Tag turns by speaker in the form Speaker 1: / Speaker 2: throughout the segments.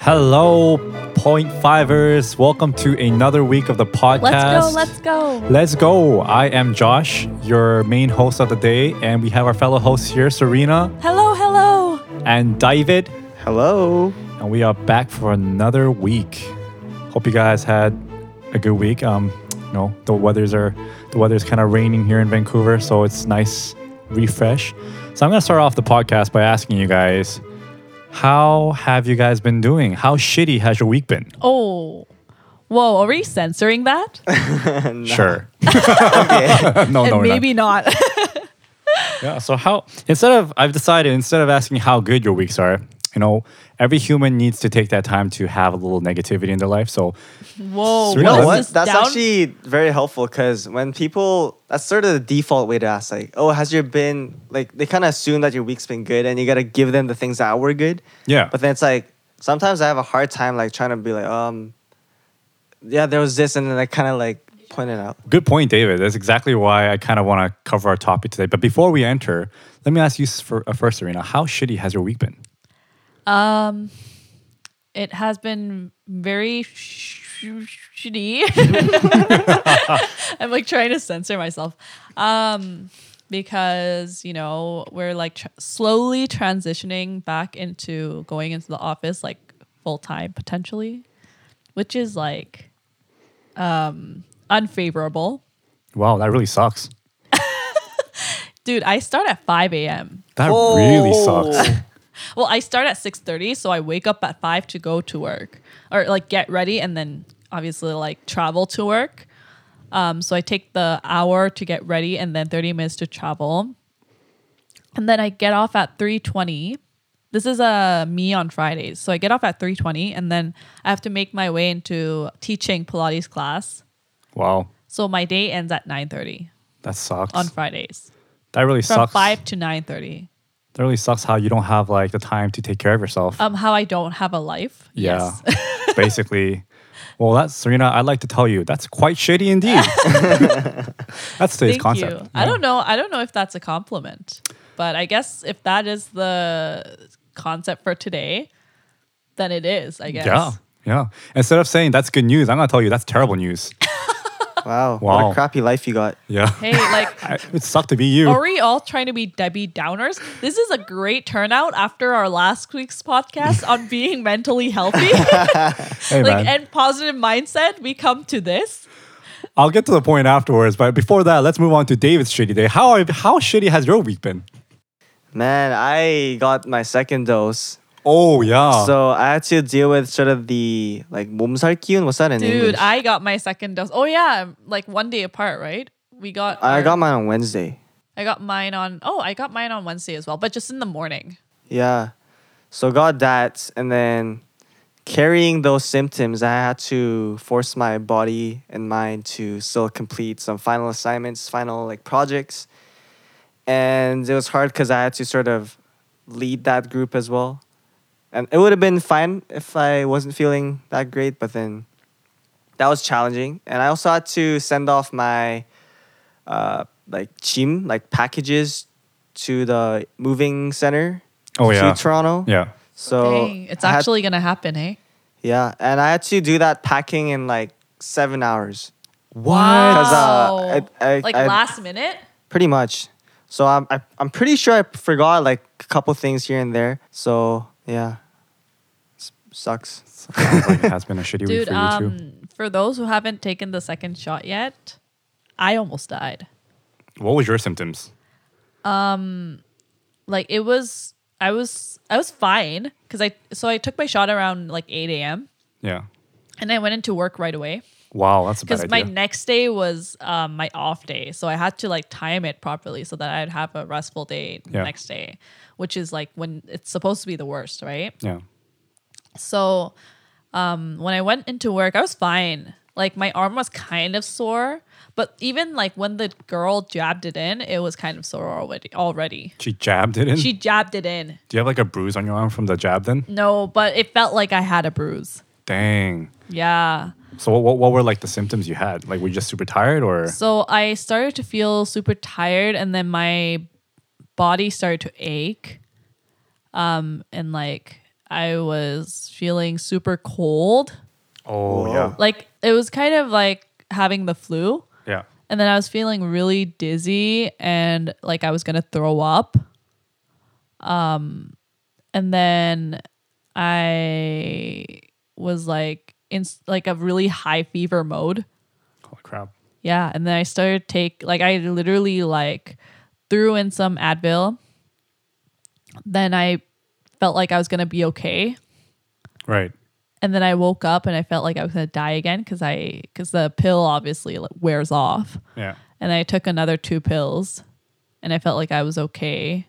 Speaker 1: Hello, point fivers. Welcome to another week of the podcast.
Speaker 2: Let's go, let's go.
Speaker 1: Let's go. I am Josh, your main host of the day, and we have our fellow hosts here, Serena
Speaker 2: Hello, hello.
Speaker 1: and David,
Speaker 3: Hello.
Speaker 1: and we are back for another week. Hope you guys had a good week. Um, you know, the weather's are the weather's kind of raining here in Vancouver, so it's nice refresh. So I'm gonna start off the podcast by asking you guys, how have you guys been doing? How shitty has your week been?
Speaker 2: Oh. Whoa, are we censoring that?
Speaker 1: Sure.
Speaker 3: Okay.
Speaker 1: no, no,
Speaker 2: and
Speaker 1: we're not.
Speaker 2: maybe not.
Speaker 1: Yeah. So how instead of I've decided instead of asking how good your weeks are, you know, every human needs to take that time to have a little negativity in their life. So
Speaker 2: Whoa,
Speaker 1: You
Speaker 3: you
Speaker 1: know
Speaker 2: what
Speaker 3: know
Speaker 2: is
Speaker 3: what?
Speaker 2: this
Speaker 3: That's
Speaker 2: down-
Speaker 3: actually very helpful because when people, that's sort of the default way to ask, like, oh, has your been, like, they kind of assume that your week's been good and you got to give them the things that were good.
Speaker 1: yeah.
Speaker 3: But then it's like, sometimes I have a hard time, like, trying to be like, um, yeah, there was this. And then I kind of, like, point it out.
Speaker 1: Good point, David. That's exactly why I kind of want to cover our topic today. But before we enter, let me ask you s- for, uh, first, Serena, how shitty has your week been?
Speaker 2: Um it has been very sh- shitty. I'm like trying to censor myself. Um because, you know, we're like tr- slowly transitioning back into going into the office like full time potentially, which is like um unfavorable.
Speaker 1: Wow, that really sucks.
Speaker 2: Dude, I start at 5 a.m.
Speaker 1: That really sucks.
Speaker 2: Well, I start at 6:30, so I wake up at 5 to go to work or like get ready and then obviously like travel to work. Um, so I take the hour to get ready and then 30 minutes to travel. And then I get off at 3:20. This is a uh, me on Fridays. So I get off at 3:20 and then I have to make my way into teaching Pilates class.
Speaker 1: Wow,
Speaker 2: So my day ends at 9:30
Speaker 1: that sucks.
Speaker 2: on Fridays.
Speaker 1: that really
Speaker 2: From
Speaker 1: sucks.
Speaker 2: 5 to 9:30.
Speaker 1: That really sucks how you don't have like the time to take care of yourself.
Speaker 2: Um how I don't have a life.
Speaker 1: Yeah. Basically. Well, that's Serena, I'd like to tell you that's quite shitty indeed. that's today's
Speaker 2: Thank
Speaker 1: concept.
Speaker 2: you. I don't know. I don't know if that's a compliment, but I guess if that is the concept for today, then it is. I guess.
Speaker 1: Yeah. Yeah. Instead of saying that's good news, I'm gonna tell you that's terrible news.
Speaker 3: Wow. What
Speaker 1: Wow.
Speaker 3: a crappy life you got.
Speaker 1: Yeah.
Speaker 2: Hey, like,
Speaker 1: I- it sucked to be you.
Speaker 2: are we all trying to be Debbie Downers? This is a great turnout after our last week's podcast on being mentally healthy,
Speaker 1: hey man.
Speaker 2: like, and positive mindset. We come to this.
Speaker 1: I'll get to the point afterwards, but before that, let's move on to David's shitty day. How how shitty has your week been?
Speaker 3: Man, I got my second dose.
Speaker 1: Oh yeah.
Speaker 3: So I had to deal with sort of the, like, 몸살기운. What's that in
Speaker 2: Dude,
Speaker 1: Mm.
Speaker 3: English?
Speaker 2: I got my second dose. Oh yeah, like one day apart, right? We got.
Speaker 3: I
Speaker 2: our-
Speaker 3: got mine on Wednesday.
Speaker 2: I got mine on. Oh, I got mine on Wednesday as well, but just in the morning.
Speaker 3: Yeah. So got that and then carrying those symptoms, I had to force my body and mind to still complete some final assignments, final like projects. And it was hard cuz I had to sort of lead that group as well. And it would have been fine if I wasn't feeling that great, but then that was challenging. And I also had to send off my uh, like chim, like packages to the moving center
Speaker 1: Oh, yeah.
Speaker 3: to Toronto.
Speaker 1: yeah.
Speaker 3: So
Speaker 2: Dang, it's
Speaker 3: I had-
Speaker 2: actually gonna happen, eh? hey?
Speaker 3: yeah, and I had to do that packing in like seven hours.
Speaker 1: What?
Speaker 3: 'Cause, uh,
Speaker 2: Wow.
Speaker 3: I- I-
Speaker 2: like
Speaker 3: I-
Speaker 2: last minute.
Speaker 3: Pretty much. So I'm I, I'm pretty sure I forgot like a couple things here and there. So yeah, S- sucks.
Speaker 1: Sounds like it has been a shitty week
Speaker 2: Dude,
Speaker 1: for you
Speaker 2: um, for those who haven't taken the second shot yet, I almost died.
Speaker 1: too. What was your symptoms?
Speaker 2: Like it was I was I was fine because I so I took my shot around like 8 a.m.
Speaker 1: Yeah.
Speaker 2: and I went into work right away.
Speaker 1: Wow, that's a bad
Speaker 2: Because my
Speaker 1: idea.
Speaker 2: next day was um, my off day. So I had to like time it properly so that I'd have a restful day the
Speaker 1: Yeah.
Speaker 2: next day, which is like when it's supposed to be the worst, right?
Speaker 1: yeah.
Speaker 2: So um, when I went into work, I was fine. Like my arm was kind of sore, but even like when the girl jabbed it in, it was kind of sore already. Already,
Speaker 1: She jabbed it in.
Speaker 2: she jabbed it in.
Speaker 1: Do you have like a bruise on your arm from the jab then?
Speaker 2: No, but it felt like I had a bruise.
Speaker 1: Dang.
Speaker 2: Yeah.
Speaker 1: So what, what, what were like the symptoms you had? Like were you just super tired or
Speaker 2: So I started to feel super tired, and then my body started to ache, um, and like I was feeling super cold.
Speaker 1: Oh
Speaker 3: Whoa.
Speaker 1: yeah,
Speaker 2: Like it was kind of like having the flu.
Speaker 1: yeah.
Speaker 2: And then I was feeling really dizzy and like I was gonna throw up. Um and then I was like in s- like a really high fever mode.
Speaker 1: Holy crap.
Speaker 2: Yeah, and then I started take like I literally like threw in some Advil. Then I felt like I was gonna be okay,
Speaker 1: Right.
Speaker 2: and then I woke up and I felt like I was gonna die again because I because the pill obviously like, wears off,
Speaker 1: Yeah.
Speaker 2: and I took another two pills, and I felt like I was okay,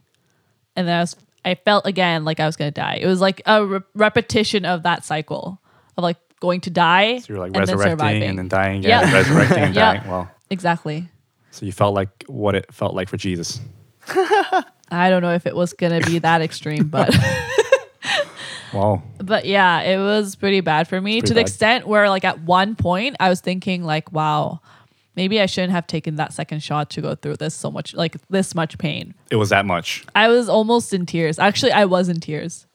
Speaker 2: and then I was I felt again like I was gonna die. It was like a re- repetition of that cycle of like going to die,
Speaker 1: So you're like
Speaker 2: and then
Speaker 1: resurrecting
Speaker 2: surviving.
Speaker 1: and then dying again,
Speaker 2: Yep.
Speaker 1: resurrecting and
Speaker 2: Yep.
Speaker 1: dying. Well,
Speaker 2: exactly.
Speaker 1: so you felt like what it felt like for Jesus.
Speaker 2: I don't know if it was gonna be that extreme, but
Speaker 1: Wow.
Speaker 2: but yeah, it was pretty bad for me
Speaker 1: It's
Speaker 2: to the
Speaker 1: pretty bad.
Speaker 2: extent where like at one point I was thinking like, wow, maybe I shouldn't have taken that second shot to go through this so much like this much pain.
Speaker 1: It was that much.
Speaker 2: I was almost in tears. Actually, I was in tears.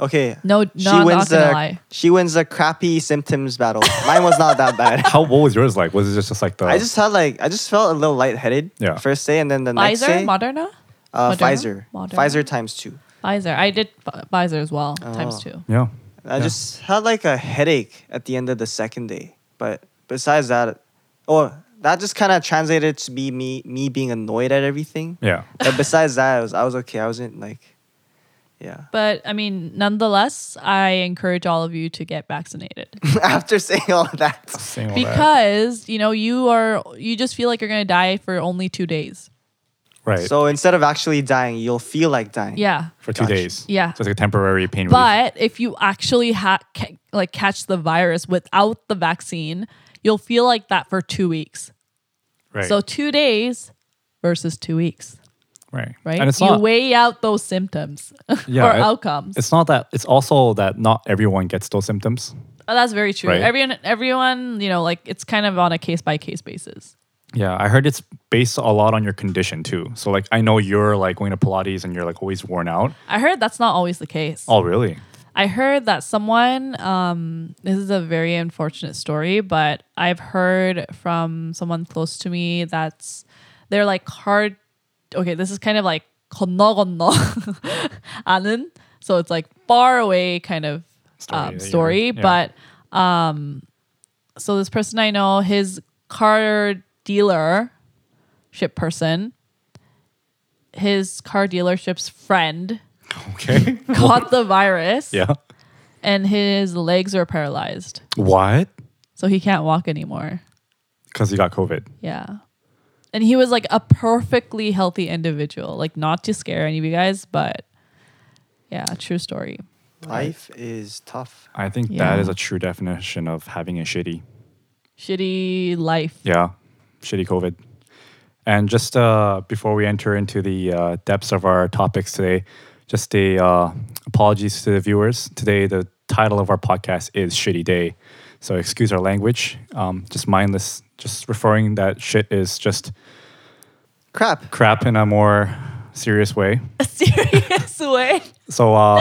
Speaker 3: Okay.
Speaker 2: No, no, I'm not gonna
Speaker 3: the
Speaker 2: lie.
Speaker 3: she wins the crappy symptoms battle. Mine was not that bad.
Speaker 1: How what was yours like? Was it just, just like the
Speaker 3: I just had like I just felt a little lightheaded.
Speaker 1: Yeah.
Speaker 3: First day and then the next
Speaker 2: Pfizer,
Speaker 3: day.
Speaker 2: Moderna,
Speaker 3: uh,
Speaker 2: Moderna?
Speaker 3: Pfizer.
Speaker 2: Moderna?
Speaker 3: Pfizer Oh. times two.
Speaker 2: Pfizer. I did Pf- Pfizer as well, times two.
Speaker 1: Yeah.
Speaker 3: I
Speaker 1: Yeah.
Speaker 3: just had like a headache at the end of the second day. But besides that, oh, that just kind of translated to be me me being annoyed at everything.
Speaker 1: Yeah.
Speaker 3: But besides that, I was I was okay. I wasn't like, yeah.
Speaker 2: But I mean, nonetheless, I encourage all of you to get vaccinated
Speaker 3: After saying all of that,
Speaker 1: Saying all that.
Speaker 2: because you know you are you just feel like you're gonna die for only two days.
Speaker 1: Right.
Speaker 3: so instead of actually dying, you'll feel like dying.
Speaker 2: Yeah.
Speaker 1: for two
Speaker 3: Gotcha.
Speaker 1: days.
Speaker 2: Yeah.
Speaker 1: So it's like a temporary pain relief.
Speaker 2: But if you actually ha- ca- like catch the virus without the vaccine, you'll feel like that for two weeks.
Speaker 1: Right.
Speaker 2: So two days versus two weeks,
Speaker 1: right.
Speaker 2: right?
Speaker 1: And it's
Speaker 2: you
Speaker 1: not
Speaker 2: weigh out those symptoms
Speaker 1: Yeah,
Speaker 2: or
Speaker 1: it-
Speaker 2: outcomes.
Speaker 1: it's not that it's also that not everyone gets those symptoms.
Speaker 2: Oh, that's very true.
Speaker 1: Right.
Speaker 2: Everyone, everyone, you know, like it's kind of on a case by case basis.
Speaker 1: Yeah, I heard it's based a lot on your condition too. So like I know you're like going to Pilates and you're like always worn out.
Speaker 2: I heard that's not always the case.
Speaker 1: Oh really?
Speaker 2: I heard that someone, um, this is a very unfortunate story, but I've heard from someone close to me that's they're like hard. Okay, this is kind of like 건너 건너 아는, so it's like far away kind of
Speaker 1: Story
Speaker 2: um,
Speaker 1: that you
Speaker 2: story.
Speaker 1: heard, yeah.
Speaker 2: But um, so this person I know, his car dealership person, his car dealership's friend
Speaker 1: Okay.
Speaker 2: caught the virus
Speaker 1: yeah.
Speaker 2: and his legs are paralyzed.
Speaker 1: What?
Speaker 2: So he can't walk anymore.
Speaker 1: Because he got COVID.
Speaker 2: Yeah. And he was like a perfectly healthy individual. Like not to scare any of you guys, but yeah, true story.
Speaker 3: Life is tough.
Speaker 1: I think
Speaker 2: Yeah.
Speaker 1: that is a true definition of having a shitty.
Speaker 2: Shitty life.
Speaker 1: Yeah, shitty COVID. And just uh, before we enter into the uh, depths of our topics today, just a uh, apologies to the viewers. Today, the title of our podcast is "Shitty Day," so excuse our language. Um, just mindless, just referring that shit is just
Speaker 3: Crap.
Speaker 1: crap in a more serious way.
Speaker 2: A serious way.
Speaker 1: So, uh,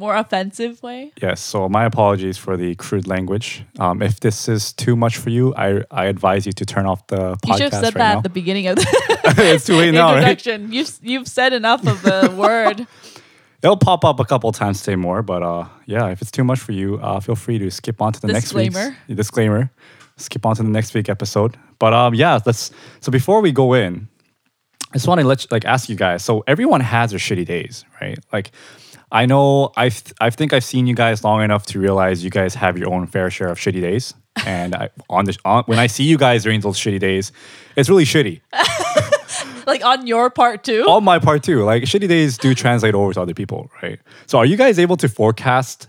Speaker 2: More offensive way.
Speaker 1: Yes, so my apologies for the crude language. Um, if this is too much for you, I, I advise you to turn off the podcast
Speaker 2: You should have said
Speaker 1: right
Speaker 2: that
Speaker 1: now.
Speaker 2: at the beginning of the
Speaker 1: it's too late now, right?
Speaker 2: introduction. You've you've said enough of the word.
Speaker 1: It'll pop up a couple times today more, but uh, yeah, if it's too much for you, uh, feel free to skip on to the next
Speaker 2: Disclaimer.
Speaker 1: week's disclaimer. Skip on to the next week episode. But um, yeah, let's. So before we go in, I just want to let you, like ask you guys. So everyone has their shitty days, right? Like, I know I th- I think I've seen you guys long enough to realize you guys have your own fair share of shitty days. And I, on the on, when I see you guys during those shitty days, it's really shitty.
Speaker 2: Like on your part too.
Speaker 1: on my part too. Like shitty days do translate over to other people, right? So are you guys able to forecast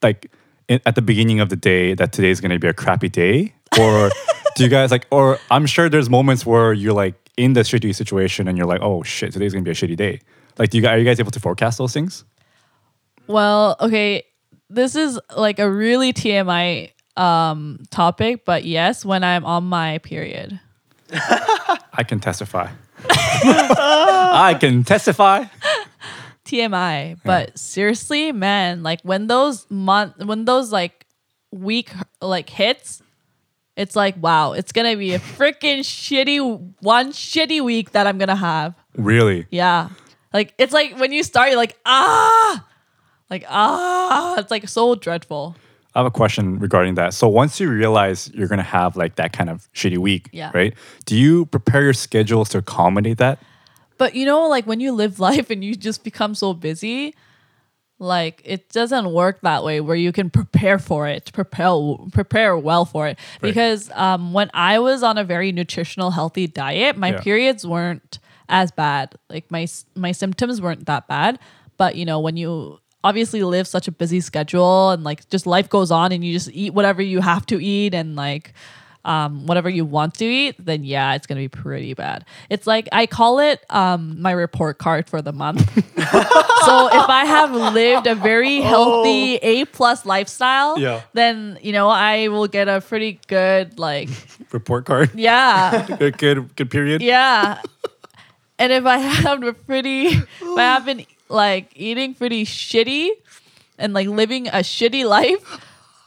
Speaker 1: like in, at the beginning of the day that today is going to be a crappy day or do you guys like or I'm sure there's moments where you're like in the shitty situation and you're like, "Oh shit, today's going to be a shitty day." Like do you guys, are you guys able to forecast those things?
Speaker 2: Well, okay, this is like a really TMI um topic, but yes, when I'm on my period.
Speaker 1: I can testify. I can testify.
Speaker 2: TMI, but seriously, man, like when those month, when those like week like hits, it's like wow, it's gonna be a freaking shitty one shitty week that I'm gonna have.
Speaker 1: Really?
Speaker 2: Yeah, like it's like when you start, you're like ah, like ah, it's like so dreadful.
Speaker 1: I have a question regarding that. So once you realize you're gonna have like that kind of shitty week,
Speaker 2: Yeah.
Speaker 1: right? Do you prepare your schedules to accommodate that?
Speaker 2: But you know, like when you live life and you just become so busy, like it doesn't work that way where you can prepare for it, prepare prepare well for it.
Speaker 1: Right.
Speaker 2: Because um, when I was on a very nutritional, healthy diet, my
Speaker 1: Yeah.
Speaker 2: periods weren't as bad. Like my s- my symptoms weren't that bad. But you know, when you obviously live such a busy schedule and like just life goes on and you just eat whatever you have to eat and like um, whatever you want to eat, then yeah, it's gonna be pretty bad. It's like I call it um, my report card for the month. so if I have lived a very healthy A plus lifestyle,
Speaker 1: Yeah.
Speaker 2: then you know I will get a pretty good like
Speaker 1: Report card.
Speaker 2: yeah
Speaker 1: good, good good period.
Speaker 2: yeah. And if I have a pretty, if I have been like eating pretty shitty and like living a shitty life,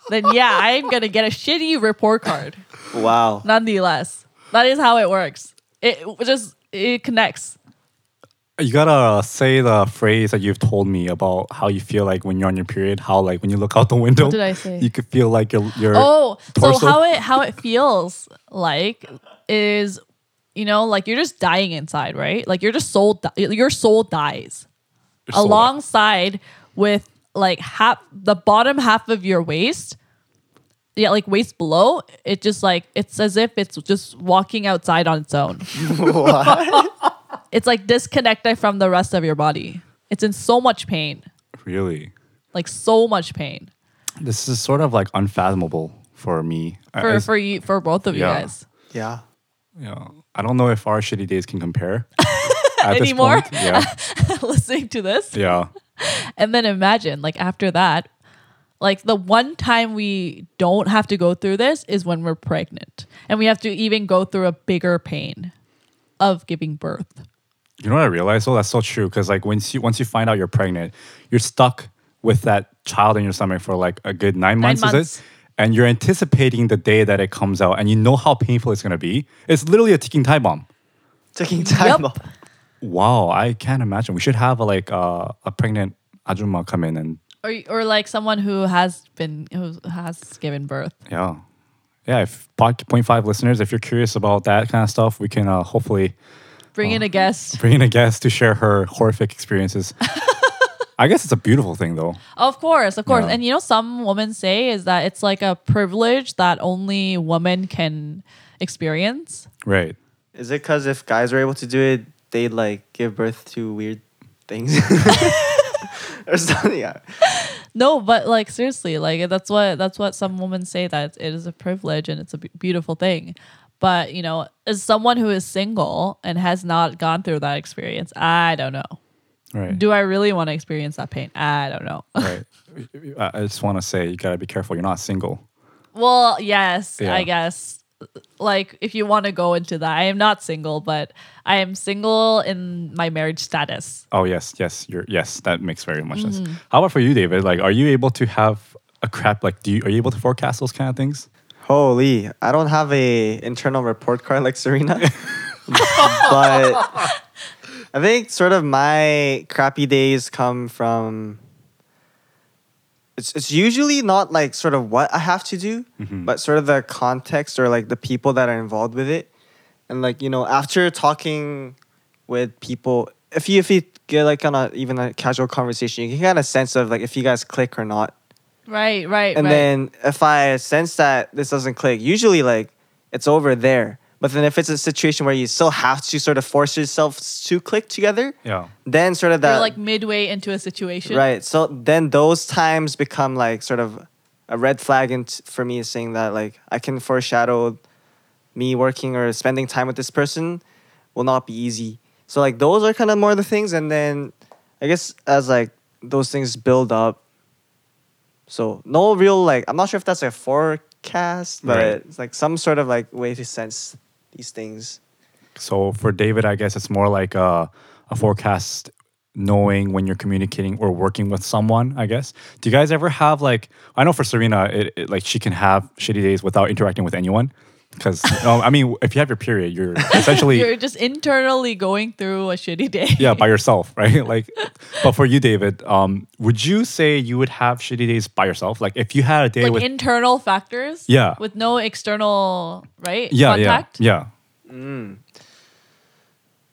Speaker 2: then yeah, I'm gonna get a shitty report card.
Speaker 3: Wow.
Speaker 2: Nonetheless, that is how it works. It just it connects.
Speaker 1: You gotta say the phrase that you've told me about how you feel like when you're on your period, how like when you look out the window,
Speaker 2: did I say?
Speaker 1: you could feel like your your
Speaker 2: Oh,
Speaker 1: torso.
Speaker 2: so how it how it feels like is you know like you're just dying inside, right? Like you're just soul di- your soul dies.
Speaker 1: your soul.
Speaker 2: alongside with like half the bottom half of your waist yeah like waist below it just like it's as if it's just walking outside on its own it's like disconnected from the rest of your body it's in so much pain
Speaker 1: really.
Speaker 2: like so much pain
Speaker 1: This is sort of like unfathomable for me. I-
Speaker 2: for
Speaker 1: I,
Speaker 2: for you for both of
Speaker 1: Uh, Yeah.
Speaker 2: you guys
Speaker 3: Yeah.
Speaker 1: you know, I don't know if our shitty days can compare at
Speaker 2: Anymore?
Speaker 1: This point. Yeah,
Speaker 2: listening to this
Speaker 1: yeah.
Speaker 2: and then imagine like after that like the one time we don't have to go through this is when we're pregnant and we have to even go through a bigger pain of giving birth
Speaker 1: You know what I realized? Oh, that's so true. Because like once you once you find out you're pregnant, you're stuck with that child in your stomach for like a good nine,
Speaker 2: Nine
Speaker 1: months, Is
Speaker 2: months.
Speaker 1: it? And you're anticipating the day that it comes out, and you know how painful it's gonna be. It's literally a ticking time bomb.
Speaker 3: Taking time
Speaker 2: Yup.
Speaker 3: off.
Speaker 1: Wow, I can't imagine. We should have a, like uh, a pregnant ajumma come in and
Speaker 2: or, or like someone who has been who has given birth
Speaker 1: yeah, yeah. If pod- point five listeners, if you're curious about that kind of stuff, we can uh, hopefully
Speaker 2: bring
Speaker 1: Oh.
Speaker 2: in a guest
Speaker 1: bring in a guest to share her horrific experiences. I guess it's a beautiful thing though.
Speaker 2: of course of course
Speaker 1: Yeah.
Speaker 2: and you know some women say is that it's like a privilege that only women can experience
Speaker 1: Right.
Speaker 3: Is it because if guys were able to do it, they'd like give birth to weird things? or something. Yeah.
Speaker 2: No, but like seriously, like that's what that's what some women say that it is a privilege and it's a be- beautiful thing. But you know, as someone who is single and has not gone through that experience, I don't know.
Speaker 1: Right.
Speaker 2: Do I really want to experience that pain? I don't know.
Speaker 1: right. I I just want to say you gotta be careful. You're not single.
Speaker 2: well, yes,
Speaker 1: Yeah.
Speaker 2: I guess. Like if you want to go into that, I am not single, but I am single in my marriage status.
Speaker 1: Oh yes, yes, you're yes. That makes very much sense. How about for you, David? Like, are you able to have a crap? Like, do you are you able to forecast those kind of things?
Speaker 3: Holy, I don't have a internal report card like Serena. but I think sort of my crappy days come from it's it's usually not like sort of what I have to do, but sort of the context or like the people that are involved with it. And like, you know, after talking with people, if you if you get like on a even a casual conversation, you can get a sense of like if you guys click or not
Speaker 2: Right, right,
Speaker 3: and
Speaker 2: right.
Speaker 3: then if I sense that this doesn't click, usually like it's over there. But then if it's a situation where you still have to sort of force yourself to click together,
Speaker 1: Yeah.
Speaker 3: then sort of
Speaker 2: You're
Speaker 3: that
Speaker 2: like midway into a situation.
Speaker 3: right. So then those times become like sort of a red flag and for me saying that like I can foreshadow me working or spending time with this person will not be easy. So like those are kind of more the things and then I guess as like those things build up. So no real like I'm not sure if that's a forecast, but
Speaker 1: Right.
Speaker 3: it's like some sort of like way to sense these things.
Speaker 1: So for David, I guess it's more like a, a forecast knowing when you're communicating or working with someone, I guess. Do you guys ever have like I know for Serena, it, it like she can have shitty days without interacting with anyone because I mean, if you have your period, you're essentially
Speaker 2: You're just internally going through a shitty day.
Speaker 1: yeah by yourself, right? Like, but for you, David, um, would you say you would have shitty days by yourself? Like, if you had a day
Speaker 2: like
Speaker 1: with
Speaker 2: internal factors.
Speaker 1: Yeah.
Speaker 2: With no external right
Speaker 1: yeah,
Speaker 2: contact.
Speaker 1: yeah,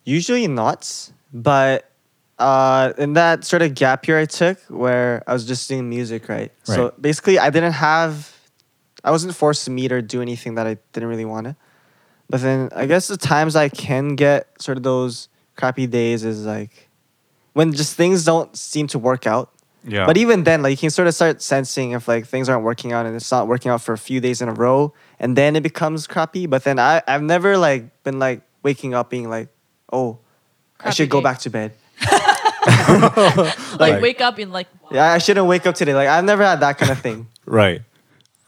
Speaker 3: Usually not, but uh, in that sort of gap year I took where I was just doing music, right? So
Speaker 1: Right.
Speaker 3: basically, I didn't have, I wasn't forced to meet or do anything that I didn't really want to. But then I guess the times I can get sort of those crappy days is like when just things don't seem to work out.
Speaker 1: yeah, yeah.
Speaker 3: But even then, like you can sort of start sensing if like things aren't working out and it's not working out for a few days in a row, and then it becomes crappy. But then I I've never like been like waking up being like, oh, I
Speaker 2: Crappy
Speaker 3: should go
Speaker 2: day.
Speaker 3: back to bed.
Speaker 2: Like,
Speaker 1: Like-
Speaker 2: wake up and like
Speaker 3: Yeah, I shouldn't wake up today. Like I've never had that kind of thing.
Speaker 1: Right.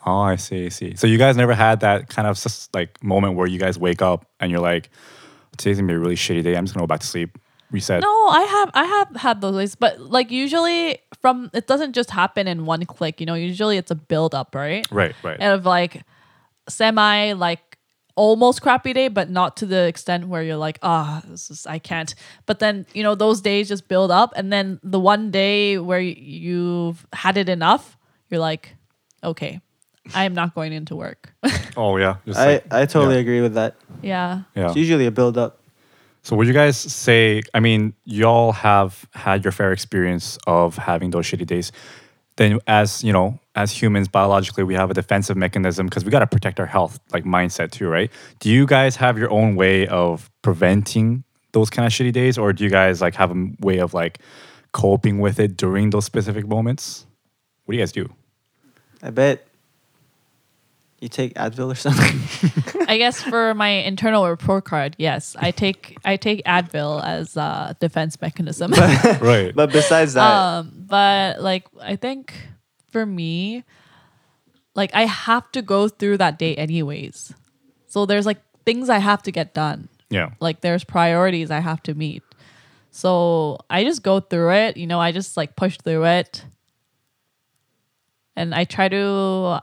Speaker 1: Oh, I see. I see. So you guys never had that kind of sus- like moment where you guys wake up and you're like, today's gonna be a really shitty day. I'm just gonna go back to sleep, reset.
Speaker 2: No, I have I have had those days, but like usually from it doesn't just happen in one click, you know, usually it's a build up, right?
Speaker 1: Right. Right.
Speaker 2: And of like semi like almost crappy day, but not to the extent where you're like, ah, this is I can't. But then, you know, those days just build up and then the one day where y- you've had it enough, you're like, okay, I am not going into work.
Speaker 1: oh yeah. Just
Speaker 3: I
Speaker 1: like-
Speaker 3: I totally
Speaker 1: yeah,
Speaker 3: agree with that.
Speaker 2: yeah.
Speaker 1: Yeah.
Speaker 3: It's usually a build up.
Speaker 1: So would you guys say? I mean, y'all have had your fair experience of having those shitty days. Then, as you know, as humans, biologically, we have a defensive mechanism because we got to protect our health, like mindset too, right? Do you guys have your own way of preventing those kind of shitty days, or do you guys like have a m- way of like coping with it during those specific moments? What do you guys do?
Speaker 3: I bet you take Advil or something.
Speaker 2: I guess for my internal report card, yes, I take I take Advil as a defense mechanism.
Speaker 1: Right.
Speaker 3: but besides that,
Speaker 2: um, but like I think for me, like I have to go through that day anyways. So there's like things I have to get done.
Speaker 1: yeah.
Speaker 2: Like there's priorities I have to meet. So I just go through it. You know, I just like push through it, and I try to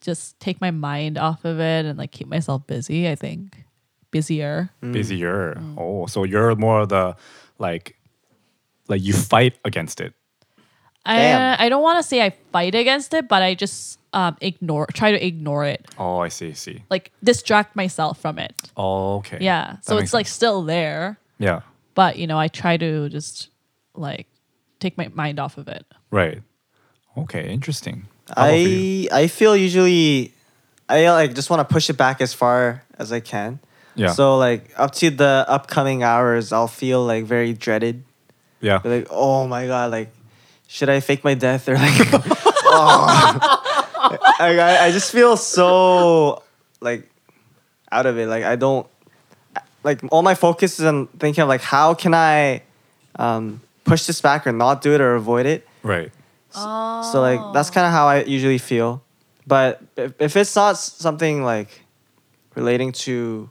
Speaker 2: just take my mind off of it and like keep myself busy. I think busier.
Speaker 1: Busier. Oh, so you're more of the like, like you fight against it.
Speaker 2: I,
Speaker 3: Damn.
Speaker 2: I don't want to say I fight against it, but I just um, ignore, try to ignore it,
Speaker 1: Oh, I see. I see.
Speaker 2: like distract myself from it.
Speaker 1: Oh, okay.
Speaker 2: Yeah.
Speaker 1: That
Speaker 2: So
Speaker 1: makes
Speaker 2: it's like
Speaker 1: sense.
Speaker 2: still there,
Speaker 1: yeah,
Speaker 2: but you know, I try to just like take my mind off of it.
Speaker 1: right. Okay, interesting. How about for you?
Speaker 3: I I feel usually I like just want to push it back as far as I can.
Speaker 1: Yeah.
Speaker 3: So like up to the upcoming hours, I'll feel like very dreaded.
Speaker 1: yeah,
Speaker 3: Be like, oh my god, like should I fake my death or like? oh. I, I I just feel so like out of it. Like I don't like all my focus is on thinking of like how can I um, push this back or not do it or avoid it.
Speaker 1: right.
Speaker 3: So like that's kind of how I usually feel. But if, if it's not s- something like relating to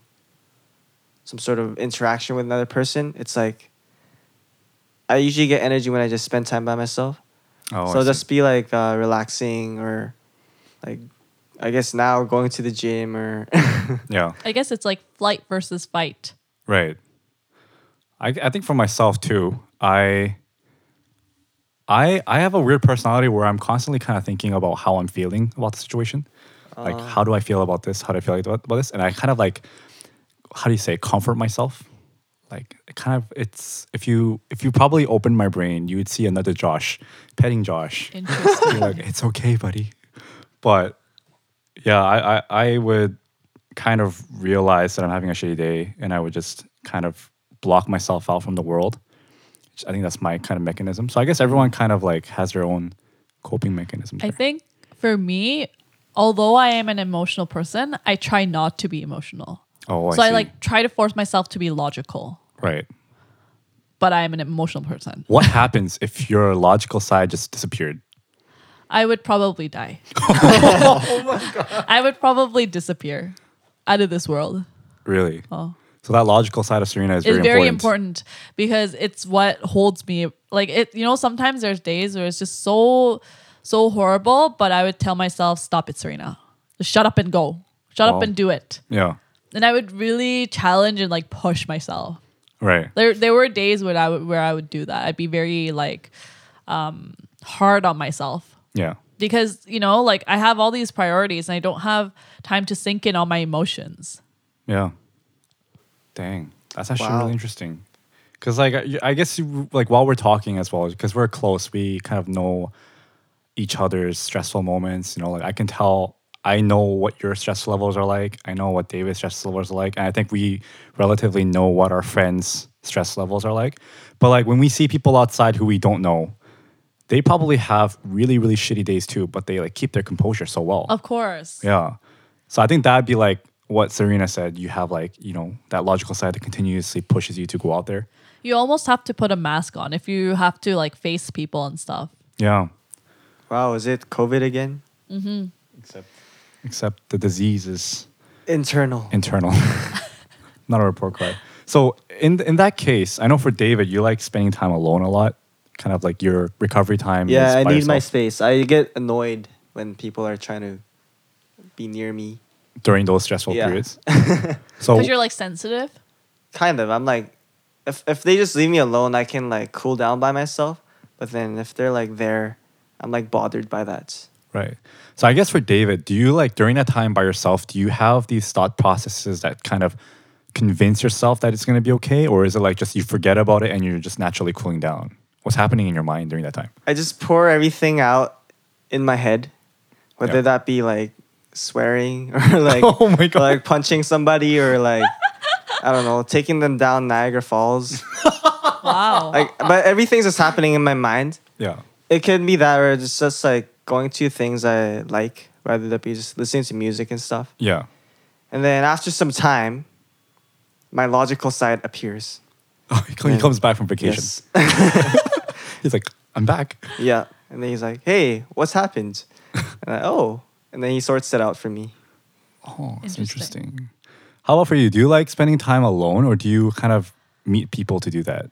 Speaker 3: some sort of interaction with another person, it's like I usually get energy when I just spend time by myself.
Speaker 1: Oh,
Speaker 3: so
Speaker 1: I see.
Speaker 3: just be like uh, relaxing or like I guess now going to the gym or
Speaker 1: yeah,
Speaker 2: I guess it's like flight versus fight.
Speaker 1: right. I I think for myself too. I I I have a weird personality where I'm constantly kind of thinking about how I'm feeling about the situation.
Speaker 3: Uh.
Speaker 1: Like, how do I feel about this? How do I feel about, about this? And I kind of like, how do you say, comfort myself. Like, it kind of, it's if you if you probably opened my brain, you would see another Josh, petting Josh.
Speaker 2: Interesting.
Speaker 1: You're like, it's okay, buddy. But yeah, I, I, I would kind of realize that I'm having a shitty day and I would just kind of block myself out from the world. Which I think that's my kind of mechanism. So I guess everyone kind of like has their own coping mechanism.
Speaker 2: I
Speaker 1: there.
Speaker 2: think for me, although I am an emotional person, I try not to be emotional.
Speaker 1: oh, I
Speaker 2: so I
Speaker 1: see.
Speaker 2: like try to force myself to be logical,
Speaker 1: right.
Speaker 2: but I am an emotional person.
Speaker 1: What happens if your logical side just disappeared?
Speaker 2: I would probably die.
Speaker 1: Oh
Speaker 2: I would probably disappear out of this world.
Speaker 1: Really?
Speaker 2: Oh.
Speaker 1: So that logical side of Serena is
Speaker 2: It's
Speaker 1: very,
Speaker 2: very important. because it's what holds me like it you know sometimes there's days where it's just so so horrible but i would tell myself stop it serena Just shut up and go shut
Speaker 1: Wow.
Speaker 2: up and do it
Speaker 1: Yeah.
Speaker 2: and i would really challenge and like push myself
Speaker 1: Right.
Speaker 2: there there were days when i would where i would do that i'd be very like um hard on myself
Speaker 1: Yeah.
Speaker 2: because you know like i have all these priorities and i don't have time to sink in all my emotions
Speaker 1: Yeah. Dang, that's actually
Speaker 3: Wow.
Speaker 1: really interesting. Because like I- I guess you- like while we're talking as well, because we're close, we kind of know each other's stressful moments. You know, like I can tell. I know what your stress levels are like. I know what David's stress levels are like, and I think we relatively know what our friends' stress levels are like. But like when we see people outside who we don't know, they probably have really really shitty days too, but they like keep their composure so well.
Speaker 2: of course
Speaker 1: Yeah. So I think that'd be like what Serena said. You have like, you know, that logical side that continuously pushes you to go out there.
Speaker 2: you almost have to put a mask on if you have to like face people and stuff
Speaker 1: Yeah.
Speaker 3: Wow, is it COVID again?
Speaker 1: Except except the disease is
Speaker 3: Internal.
Speaker 1: internal. Not a report card. So in in that case, I know for David, you like spending time alone a lot. Kind of like your recovery time. is
Speaker 3: yeah, I
Speaker 1: by
Speaker 3: need my
Speaker 1: yourself
Speaker 3: space. I get annoyed when people are trying to be near me.
Speaker 1: during those stressful
Speaker 3: Yeah.
Speaker 1: periods. so Oh.
Speaker 2: because you're like sensitive
Speaker 3: Kind of. I'm like, if if they just leave me alone, I can like cool down by myself. But then if they're like there, I'm like bothered by that.
Speaker 1: Right. So I guess for David, do you like during that time by yourself, do you have these thought processes that kind of convince yourself that it's going to be okay? Or is it like just you forget about it and you're just naturally cooling down? What's happening in your mind during that time?
Speaker 3: I just pour everything out in my head, whether
Speaker 1: Yeah.
Speaker 3: that be like swearing or like
Speaker 1: Oh my God.
Speaker 3: like punching somebody or like I don't know, taking them down Niagara Falls.
Speaker 2: wow
Speaker 3: Like, but everything's just happening in my mind.
Speaker 1: Yeah.
Speaker 3: It can be that, or it's just like going to things I like, rather than be just listening to music and stuff.
Speaker 1: Yeah.
Speaker 3: And then after some time, my logical side appears.
Speaker 1: he comes back from vacation.
Speaker 3: Yes.
Speaker 1: He's like, I'm back.
Speaker 3: yeah. And then he's like, "Hey, what's happened?" And I, oh, and then he sorts it out for me.
Speaker 1: Oh, it's
Speaker 2: Interesting.
Speaker 1: interesting. How about for you? Do you like spending time alone or do you kind of meet people to do that?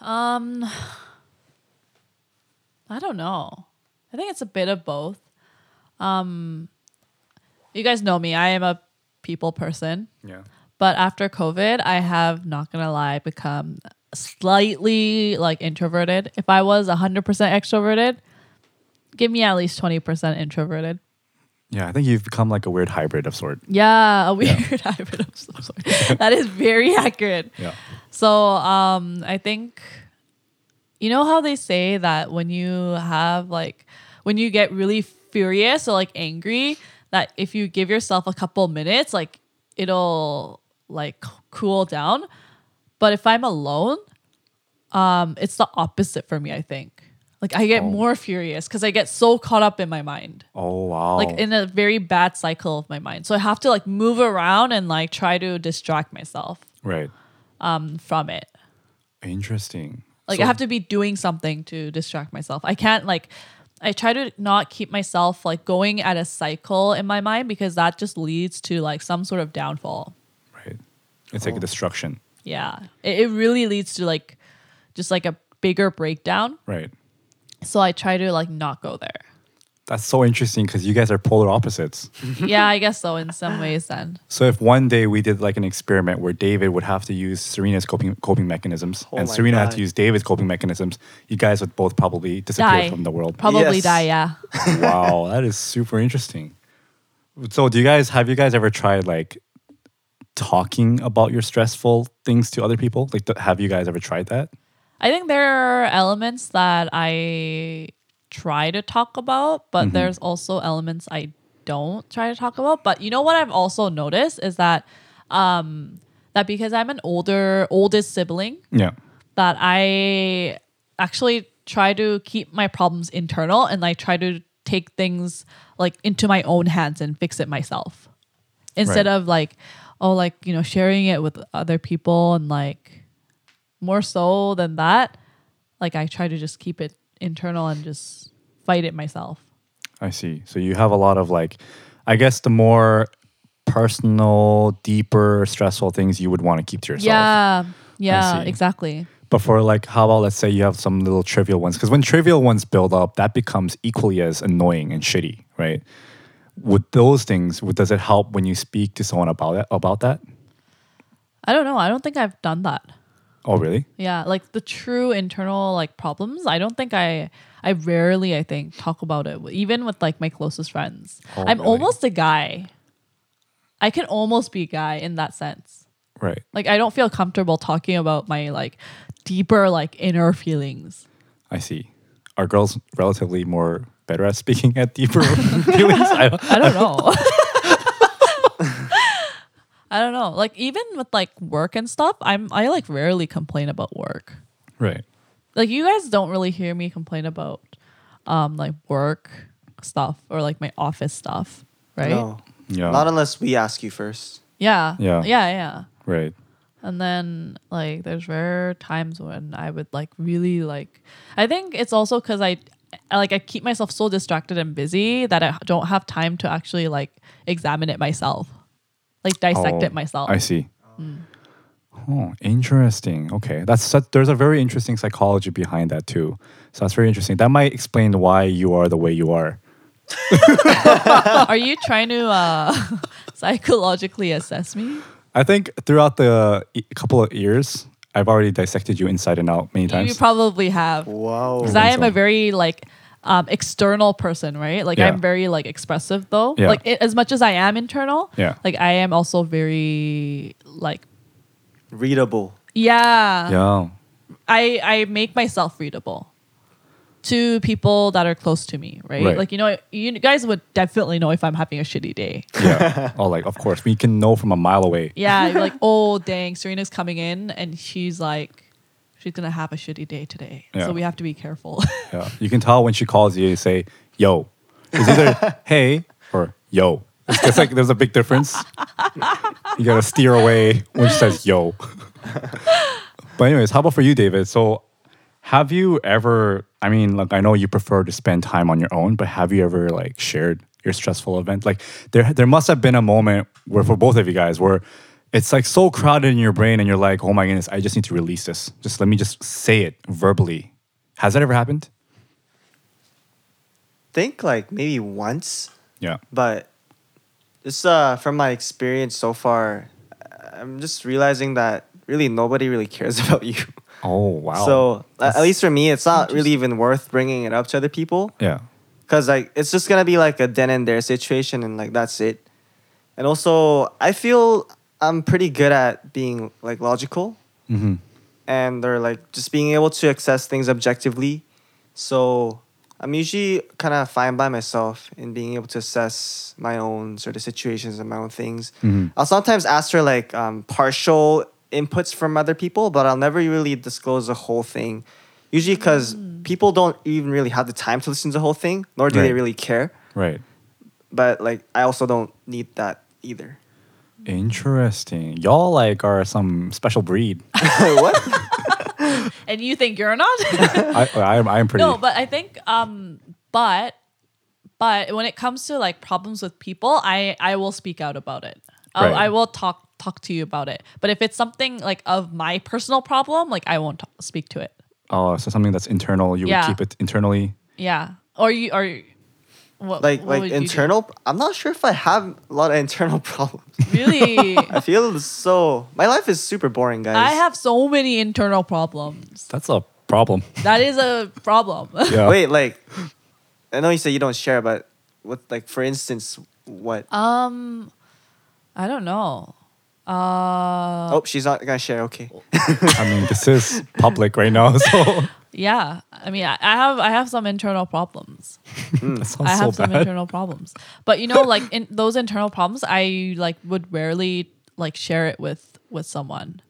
Speaker 2: Um, I don't know. I think it's a bit of both. Um, you guys know me. I am a people person,
Speaker 1: Yeah.
Speaker 2: but after COVID, I have not gonna lie become slightly like introverted. If I was 100% extroverted, give me at least 20% introverted.
Speaker 1: Yeah. I think you've become like a weird hybrid of sort.
Speaker 2: Yeah, a weird hybrid of some sort. that is very accurate.
Speaker 1: Yeah.
Speaker 2: So um, I think you know how they say that when you have like when you get really furious or like angry, that if you give yourself a couple minutes, like it'll like c- cool down. But if I'm alone, um, it's the opposite for me. I think like I get
Speaker 1: Oh.
Speaker 2: more furious because I get so caught up in my mind
Speaker 1: Oh, wow.
Speaker 2: like in a very bad cycle of my mind. So I have to like move around and like try to distract myself
Speaker 1: right.
Speaker 2: um, from it.
Speaker 1: Interesting.
Speaker 2: Like
Speaker 1: So-
Speaker 2: I have to be doing something to distract myself. I can't like I try to not keep myself like going at a cycle in my mind because that just leads to like some sort of downfall.
Speaker 1: Right. It's
Speaker 3: Oh.
Speaker 1: like a destruction.
Speaker 2: Yeah. It, it really leads to like just like a bigger breakdown.
Speaker 1: Right.
Speaker 2: So I try to like not go there.
Speaker 1: That's so interesting because you guys are polar opposites.
Speaker 2: yeah, I guess so in some ways then.
Speaker 1: so if one day we did like an experiment where David would have to use Serena's coping coping mechanisms
Speaker 3: Oh
Speaker 1: and
Speaker 3: my
Speaker 1: Serena had
Speaker 3: God.
Speaker 1: to use David's coping mechanisms, you guys would both probably disappear
Speaker 2: Die.
Speaker 1: from the world.
Speaker 2: Probably
Speaker 3: Yes.
Speaker 2: die, yeah.
Speaker 1: wow, that is super interesting. So do you guys have you guys ever tried like talking about your stressful things to other people? Like th- have you guys ever tried that?
Speaker 2: I think there are elements that I try to talk about, but there's also elements I don't try to talk about. But you know what I've also noticed is that um that because I'm an older oldest sibling,
Speaker 1: Yeah.
Speaker 2: that I actually try to keep my problems internal and I try to take things like into my own hands and fix it myself instead
Speaker 1: Right.
Speaker 2: of like oh like you know sharing it with other people and like more so than that like I try to just keep it internal and just fight it myself
Speaker 1: I see. So you have a lot of like, I guess the more personal, deeper, stressful things you would want to keep to yourself.
Speaker 2: Yeah. Yeah,
Speaker 1: see.
Speaker 2: exactly.
Speaker 1: But for like, how about let's say you have some little trivial ones? Because when trivial ones build up, that becomes equally as annoying and shitty, right? With those things, would- does it help when you speak to someone about it? About that?
Speaker 2: I don't know. I don't think I've done that.
Speaker 1: Oh, really?
Speaker 2: Yeah, like the true internal like problems. I don't think I I rarely I think talk about it even with like my closest friends.
Speaker 1: Oh,
Speaker 2: I'm
Speaker 1: really?
Speaker 2: almost a guy. I can almost be a guy in that sense.
Speaker 1: Right.
Speaker 2: Like I don't feel comfortable talking about my like deeper like inner feelings.
Speaker 1: I see. Are girls relatively more better at speaking at deeper feelings? I,
Speaker 2: I don't know. I don't know. Like even with like work and stuff, I'm I like rarely complain about work.
Speaker 1: right.
Speaker 2: like you guys don't really hear me complain about um like work stuff or like my office stuff right
Speaker 3: No.
Speaker 1: Yeah.
Speaker 3: Not unless we ask you first.
Speaker 2: yeah
Speaker 1: Yeah.
Speaker 2: yeah yeah
Speaker 1: right.
Speaker 2: and then like there's rare times when i would like really like i think it's also because I, I like i keep myself so distracted and busy that i don't have time to actually like examine it myself like dissect
Speaker 1: Oh,
Speaker 2: it myself Mm.
Speaker 1: I see. Oh, interesting. Okay, that's such, there's a very interesting psychology behind that too. So that's very interesting. That might explain why you are the way you are.
Speaker 2: are you trying to uh psychologically assess me
Speaker 1: I think throughout the e- couple of years, I've already dissected you inside and out many
Speaker 2: you
Speaker 1: times.
Speaker 2: probably have
Speaker 3: Wow.
Speaker 2: because I am a
Speaker 1: so.
Speaker 2: very like um, external person, right? Like
Speaker 1: Yeah.
Speaker 2: I'm very like expressive though.
Speaker 1: Yeah.
Speaker 2: Like it, as much as I am internal,
Speaker 1: Yeah.
Speaker 2: Like I am also very like
Speaker 3: Readable.
Speaker 2: yeah.
Speaker 1: yeah.
Speaker 2: I I make myself readable to people that are close to me, right?
Speaker 1: Right.
Speaker 2: Like you know, you guys would definitely know if I'm having a shitty day.
Speaker 1: Yeah. oh, like of course we can know from a mile away.
Speaker 2: Yeah, you're like oh dang, Serena's coming in and she's like. She's gonna have a shitty day today,
Speaker 1: Yeah.
Speaker 2: so we have to be careful.
Speaker 1: Yeah. You can tell when she calls you, you say, yo. It's either hey or yo. It's, it's like there's a big difference. You gotta steer away when she says yo. but anyways, how about for you, David? So have you ever I mean, like I know you prefer to spend time on your own, but have you ever like shared your stressful event? Like there there must have been a moment where for both of you guys where it's like so crowded in your brain and you're like, oh my goodness, I just need to release this. Just let me just say it verbally. Has that ever happened?
Speaker 3: Think like maybe once,
Speaker 1: Yeah.
Speaker 3: but just uh, from my experience so far, I'm just realizing that really nobody really cares about you.
Speaker 1: Oh wow.
Speaker 3: So a- at least for me, it's not really even worth bringing it up to other people.
Speaker 1: yeah,
Speaker 3: Cause like it's just gonna be like a then and there situation and like that's it. And also I feel I'm pretty good at being like logical
Speaker 1: hmm
Speaker 3: and or like just being able to access things objectively. So I'm usually kind of fine by myself in being able to assess my own sort of situations and my own things.
Speaker 1: Mhm.
Speaker 3: I'll sometimes ask for like um, partial inputs from other people, but I'll never really disclose the whole thing. Usually because people don't even really have the time to listen to the whole thing, nor do they
Speaker 1: Right.
Speaker 3: really care.
Speaker 1: right.
Speaker 3: But like I also don't need that either.
Speaker 1: Interesting. Y'all like are some special breed.
Speaker 3: what?
Speaker 2: and you think you're not?
Speaker 1: I, I am. I am pretty.
Speaker 2: No, but I think um but but when it comes to like problems with people, I I will speak out about it. I'll-
Speaker 1: Right.
Speaker 2: I will talk talk to you about it. But if it's something like of my personal problem, like I won't t- speak to it.
Speaker 1: oh, so something that's internal. You
Speaker 2: Yeah.
Speaker 1: would keep it internally.
Speaker 2: Yeah. Or you or you- what
Speaker 3: Like
Speaker 2: what
Speaker 3: like
Speaker 2: would you do?
Speaker 3: internal? I'm not sure if I have a lot of internal problems.
Speaker 2: Really?
Speaker 3: I feel so. My life is super boring, guys.
Speaker 2: I have so many internal problems.
Speaker 1: That's a problem.
Speaker 2: That is a problem.
Speaker 1: Yeah.
Speaker 3: Wait, like, I know you say you don't share, but what, like, for instance, what?
Speaker 2: um I don't know. Uh
Speaker 3: oh, she's not gonna share. Okay.
Speaker 1: I mean, this is public right now, so
Speaker 2: yeah. I mean I, I have I have some internal problems.
Speaker 3: Hmm.
Speaker 1: that sounds
Speaker 2: I have
Speaker 1: so
Speaker 2: some
Speaker 1: bad.
Speaker 2: internal problems. But you know, like in those internal problems, I like would rarely like share it with with someone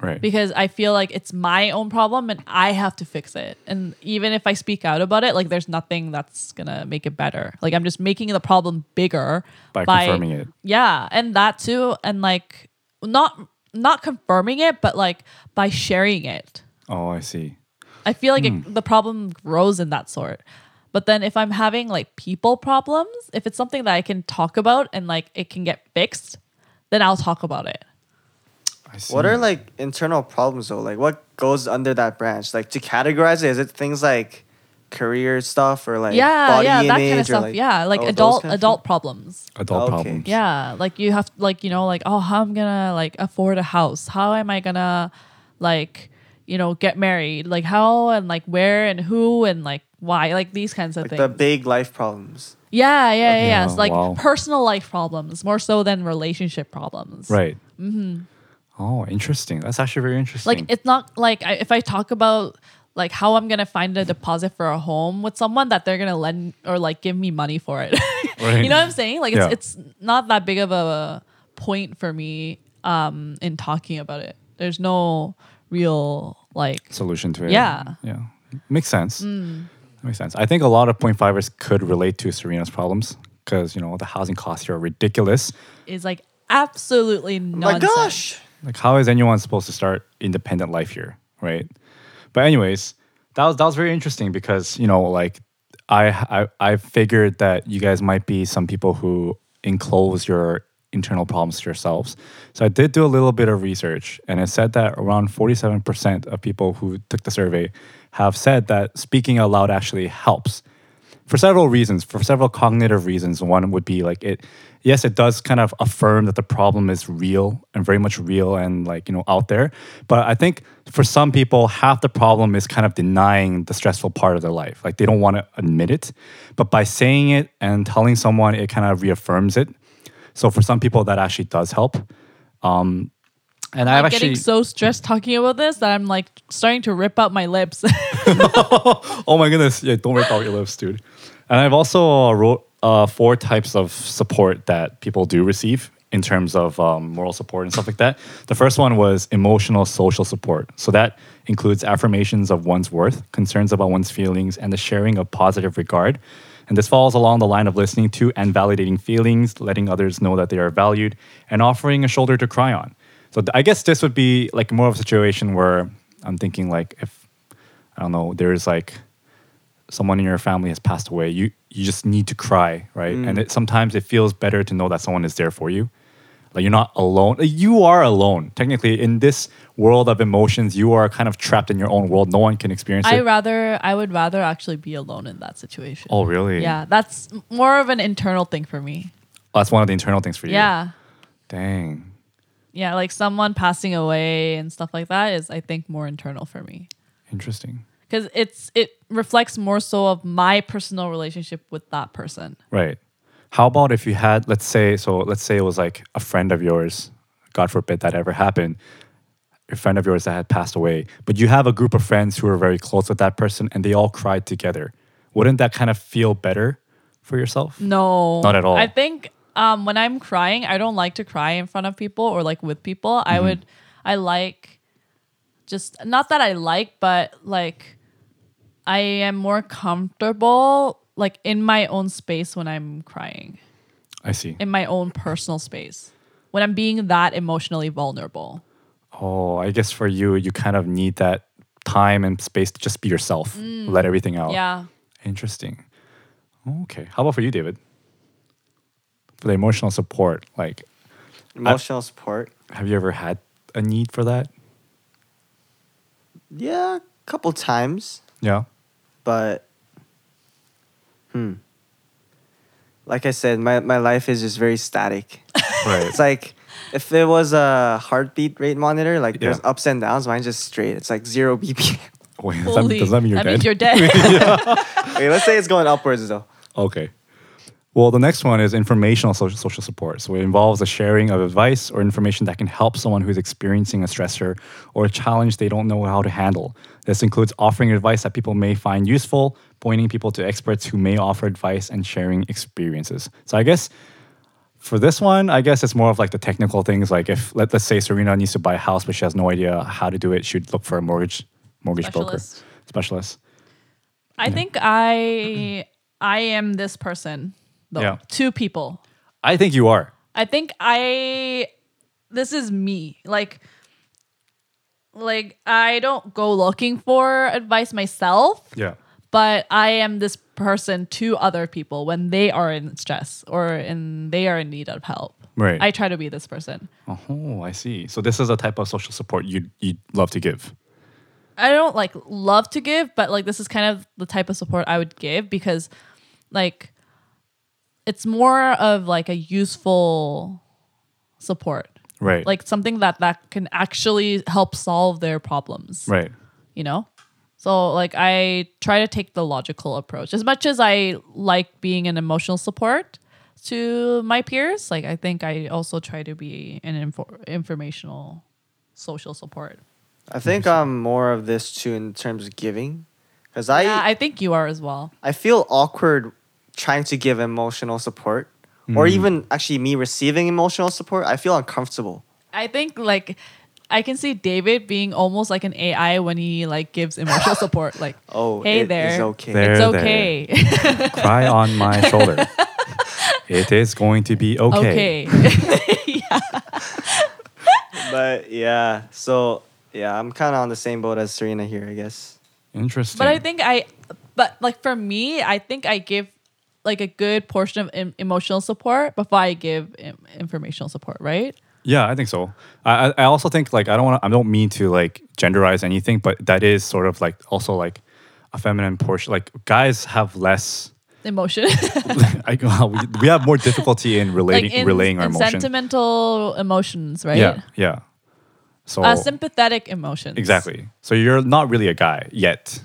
Speaker 1: Right.
Speaker 2: because I feel like it's my own problem and I have to fix it. And even if I speak out about it, like there's nothing that's gonna make it better. Like I'm just making the problem bigger
Speaker 1: By confirming it.
Speaker 2: Yeah, and that too, and like not not confirming it, but like by sharing it.
Speaker 1: oh, I see.
Speaker 2: I feel like it, the problem grows in that sort. But then if I'm having like people problems, if it's something that I can talk about and like it can get fixed, then I'll talk about it.
Speaker 1: I see.
Speaker 3: What are like internal problems though? Like what goes under that branch? Like to categorize it, is it things like career stuff or like
Speaker 2: yeah,
Speaker 3: body
Speaker 2: yeah,
Speaker 3: image
Speaker 2: that kind
Speaker 3: or,
Speaker 2: of stuff.
Speaker 3: like,
Speaker 2: yeah, like
Speaker 3: oh, those
Speaker 2: adult
Speaker 3: kind of
Speaker 2: adult problems.
Speaker 1: adult
Speaker 3: Okay.
Speaker 1: problems?
Speaker 2: Yeah, like you have like you know like oh how I'm gonna like afford a house? How am I gonna like you know get married? Like how and like where and who and like why? Like these kinds of
Speaker 3: things? Like
Speaker 2: things.
Speaker 3: the big life problems.
Speaker 2: yeah, yeah, yeah. yeah.
Speaker 1: Yeah,
Speaker 2: It's like
Speaker 1: wow.
Speaker 2: personal life problems more so than relationship problems.
Speaker 1: Right. Mm-hmm. Oh, interesting. That's actually very interesting.
Speaker 2: Like it's not like I, if I talk about like how I'm gonna find a deposit for a home with someone that they're gonna lend or like give me money for it.
Speaker 1: Right.
Speaker 2: you know what I'm saying? Like
Speaker 1: Yeah.
Speaker 2: it's it's not that big of a point for me um in talking about it. There's no real like
Speaker 1: solution to it.
Speaker 2: Yeah.
Speaker 1: Yeah. Makes sense. Makes sense. I think a lot of point fivers could relate to Serena's problems because, you know, the housing costs here are ridiculous.
Speaker 2: is like absolutely nonsense.
Speaker 3: Oh My gosh.
Speaker 1: Like, how is anyone supposed to start independent life here, right? But anyways, that was that was very interesting because you know, like, I I, I figured that you guys might be some people who enclose your internal problems to yourselves. So I did do a little bit of research, and it said that around forty-seven percent of people who took the survey have said that speaking out loud actually helps for several reasons, for several cognitive reasons. One would be like it, yes, it does kind of affirm that the problem is real and very much real and like, you know, out there. But I think for some people, half the problem is kind of denying the stressful part of their life. Like they don't want to admit it. But by saying it and telling someone, it kind of reaffirms it. So for some people, that actually does help. Um, and I've
Speaker 2: I'm
Speaker 1: actually
Speaker 2: getting so stressed talking about this that I'm like starting to rip out my lips.
Speaker 1: oh my goodness. Yeah, don't rip out your lips, dude. And I've also uh, wrote uh, four types of support that people do receive in terms of um, moral support and stuff like that. The first one was emotional social support. So that includes affirmations of one's worth, concerns about one's feelings, and the sharing of positive regard. And this falls along the line of listening to and validating feelings, letting others know that they are valued, and offering a shoulder to cry on. So th- I guess this would be like more of a situation where I'm thinking like if I don't know, there's like someone in your family has passed away, you you just need to cry, right? And it, sometimes it feels better to know that someone is there for you. Like you're not alone. Like, You are alone. Technically, in this world of emotions, you are kind of trapped in your own world. No one can experience
Speaker 2: I
Speaker 1: it.
Speaker 2: rather I would rather actually be alone in that situation.
Speaker 1: oh, really?
Speaker 2: Yeah, that's m- more of an internal thing for me.
Speaker 1: That's one of the internal things for you.
Speaker 2: Yeah.
Speaker 1: Dang.
Speaker 2: Yeah, like someone passing away and stuff like that is I think more internal for me.
Speaker 1: Interesting.
Speaker 2: Cuz it's it reflects more so of my personal relationship with that person.
Speaker 1: Right. How about if you had, let's say, so let's say it was like a friend of yours, God forbid that ever happened, a friend of yours that had passed away, but you have a group of friends who are very close with that person and they all cried together. Wouldn't that kind of feel better for yourself?
Speaker 2: Mm. No.
Speaker 1: Not at all.
Speaker 2: I think um when I'm crying, I don't like to cry in front of people or like with people.
Speaker 1: Mm-hmm.
Speaker 2: I would I like just not that I like, but like I am more comfortable like in my own space when I'm crying.
Speaker 1: I see.
Speaker 2: in my own personal space when I'm being that emotionally vulnerable.
Speaker 1: Oh, I guess for you, you kind of need that time and space to just be yourself, let everything out.
Speaker 2: Yeah.
Speaker 1: Interesting. Okay. How about for you, David? For the emotional support, like,
Speaker 3: Emotional support.
Speaker 1: have you ever had a need for that?
Speaker 3: Yeah, a couple times.
Speaker 1: Yeah.
Speaker 3: but hmm like i said my, my life is just very static
Speaker 1: Right.
Speaker 3: it's like if there was a heartbeat rate monitor like there's
Speaker 1: Yeah.
Speaker 3: ups and downs mine's just straight it's like zero bpm
Speaker 1: Wait, does, that,
Speaker 2: Holy,
Speaker 1: does that mean you're dead?
Speaker 2: means you're dead.
Speaker 3: okay let's say it's going upwards though
Speaker 1: okay. Well, the next one is informational social, social support. So it involves the sharing of advice or information that can help someone who's experiencing a stressor or a challenge they don't know how to handle. This includes offering advice that people may find useful, pointing people to experts who may offer advice, and sharing experiences. So I guess for this one, I guess it's more of like the technical things. Like if let, let's say Serena needs to buy a house, but she has no idea how to do it, she'd look for a mortgage mortgage
Speaker 2: Specialist.
Speaker 1: broker specialist.
Speaker 2: I think I I am this person though.
Speaker 1: Yeah.
Speaker 2: Two people.
Speaker 1: I think you are.
Speaker 2: I think I this is me. Like like I don't go looking for advice myself,
Speaker 1: Yeah.
Speaker 2: but I am this person to other people when they are in stress or in they are in need of help.
Speaker 1: Right.
Speaker 2: I try to be this person.
Speaker 1: oh, I see. So this is a type of social support you you love to give.
Speaker 2: I don't like love to give, but like this is kind of the type of support I would give because like it's more of like a useful support.
Speaker 1: Right.
Speaker 2: Like something that that can actually help solve their problems.
Speaker 1: right.
Speaker 2: you know so like i try to take the logical approach as much as i like being an emotional support to my peers like i think i also try to be an info- informational social support
Speaker 3: I think I'm more of this too in terms of giving, because I
Speaker 2: yeah, i think you are as well
Speaker 3: I feel awkward trying to give emotional support, or even actually me receiving emotional support. I feel uncomfortable.
Speaker 2: i think like i can see david being almost like an ai when he like gives emotional support like
Speaker 3: Oh,
Speaker 2: hey
Speaker 3: it is
Speaker 2: there
Speaker 3: okay.
Speaker 1: There.
Speaker 2: it's okay
Speaker 1: Cry on my shoulder. It is going to be okay.
Speaker 2: okay
Speaker 3: But yeah, so yeah, I'm kind of on the same boat as Serena here, I guess.
Speaker 1: Interesting.
Speaker 2: But I think I, but like for me, I think I give like a good portion of em- emotional support before I give Im- informational support, right?
Speaker 1: Yeah, I think so. I I I also think like I don't want I don't mean to like genderize anything, but that is sort of like also like a feminine portion. Like guys have less.
Speaker 2: Emotion,
Speaker 1: I, we, we have more difficulty in relating
Speaker 2: like in,
Speaker 1: relaying our
Speaker 2: in
Speaker 1: emotion.
Speaker 2: sentimental emotions, right?
Speaker 1: Yeah, yeah. So
Speaker 2: Uh, sympathetic emotions.
Speaker 1: exactly. So you're not really a guy yet.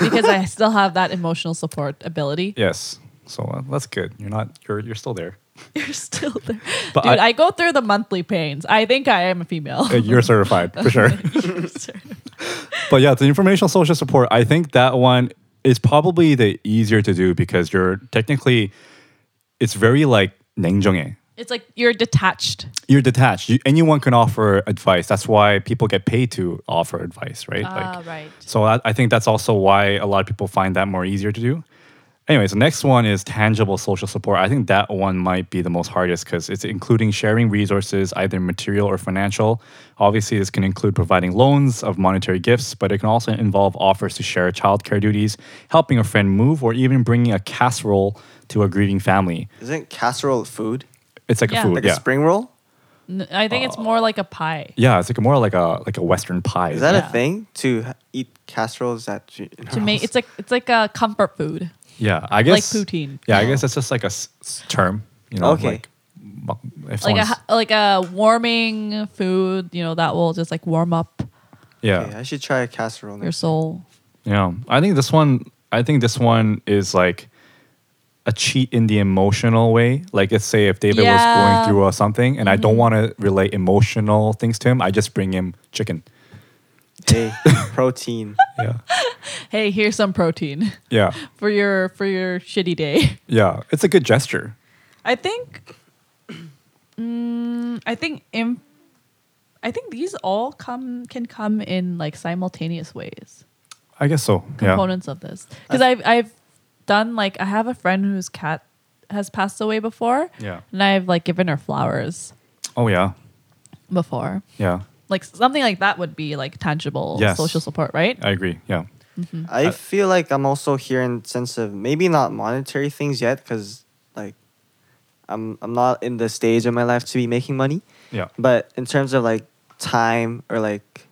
Speaker 2: because I still have that emotional support ability.
Speaker 1: Yes. So uh, that's good. You're not. You're you're still there.
Speaker 2: You're still there.
Speaker 1: But
Speaker 2: Dude,
Speaker 1: I-
Speaker 2: I, go through the monthly pains. I think I am a female.
Speaker 1: Uh, You're certified for sure.
Speaker 2: Sorry.
Speaker 1: but yeah, the informational social support, I think that one is probably the easier to do because you're technically, it's very like 냉정해.
Speaker 2: it's like you're detached.
Speaker 1: You're detached. You, anyone can offer advice. That's why people get paid to offer advice, right?
Speaker 2: Ah, right.
Speaker 1: So I, I think that's also why a lot of people find that more easier to do. Anyways, the next one is tangible social support. I think that one might be the most hardest because it's including sharing resources, either material or financial. Obviously, this can include providing loans of monetary gifts, but it can also involve offers to share childcare duties, helping a friend move, or even bringing a casserole to a grieving family.
Speaker 3: Isn't casserole food
Speaker 1: It's like
Speaker 2: Yeah.
Speaker 1: a food,
Speaker 3: like
Speaker 1: yeah.
Speaker 3: a spring roll?
Speaker 2: N- I think it's more like a pie.
Speaker 1: yeah, it's like more like a like a Western pie.
Speaker 3: Is that
Speaker 2: Yeah.
Speaker 3: a thing to h- eat casseroles at funerals?
Speaker 2: To make it's like it's like a comfort food.
Speaker 1: Yeah, I guess
Speaker 2: poutine.
Speaker 1: Yeah, I guess it's just like a s- s- term, you know.
Speaker 3: Okay.
Speaker 1: Like, mu- if
Speaker 2: like a
Speaker 1: someone's-
Speaker 2: ho- like a warming food, you know, that will just like warm up
Speaker 1: yeah,
Speaker 3: Okay, I should try a casserole.
Speaker 2: your
Speaker 3: Next.
Speaker 2: soul.
Speaker 1: yeah. I think this one. I think this one is like a cheat in the emotional way. Like, let's say if David was
Speaker 2: Yeah. Mm-hmm.
Speaker 1: going through uh, something, and I don't want to relate emotional things to him, I just bring him chicken.
Speaker 3: Hey,
Speaker 2: Mm.
Speaker 3: protein.
Speaker 1: Yeah,
Speaker 2: Hey, here's some protein
Speaker 1: yeah,
Speaker 2: for your for your shitty day.
Speaker 1: yeah. It's a good gesture.
Speaker 2: I think mm, I think im- I think these all come can come in like simultaneous ways.
Speaker 1: I guess so. Yeah.
Speaker 2: components of this because I've I've done like I have a friend whose cat has passed away before,
Speaker 1: Yeah.
Speaker 2: and I've like given her flowers
Speaker 1: Oh yeah.
Speaker 2: before.
Speaker 1: Yeah.
Speaker 2: Like something like that would be like tangible
Speaker 1: Yes.
Speaker 2: social support, right?
Speaker 1: I agree. Yeah.
Speaker 3: I feel like I'm also here in sense of maybe not monetary things yet because like I'm I'm not in the stage of my life to be making money,
Speaker 1: Yeah.
Speaker 3: but in terms of like time or like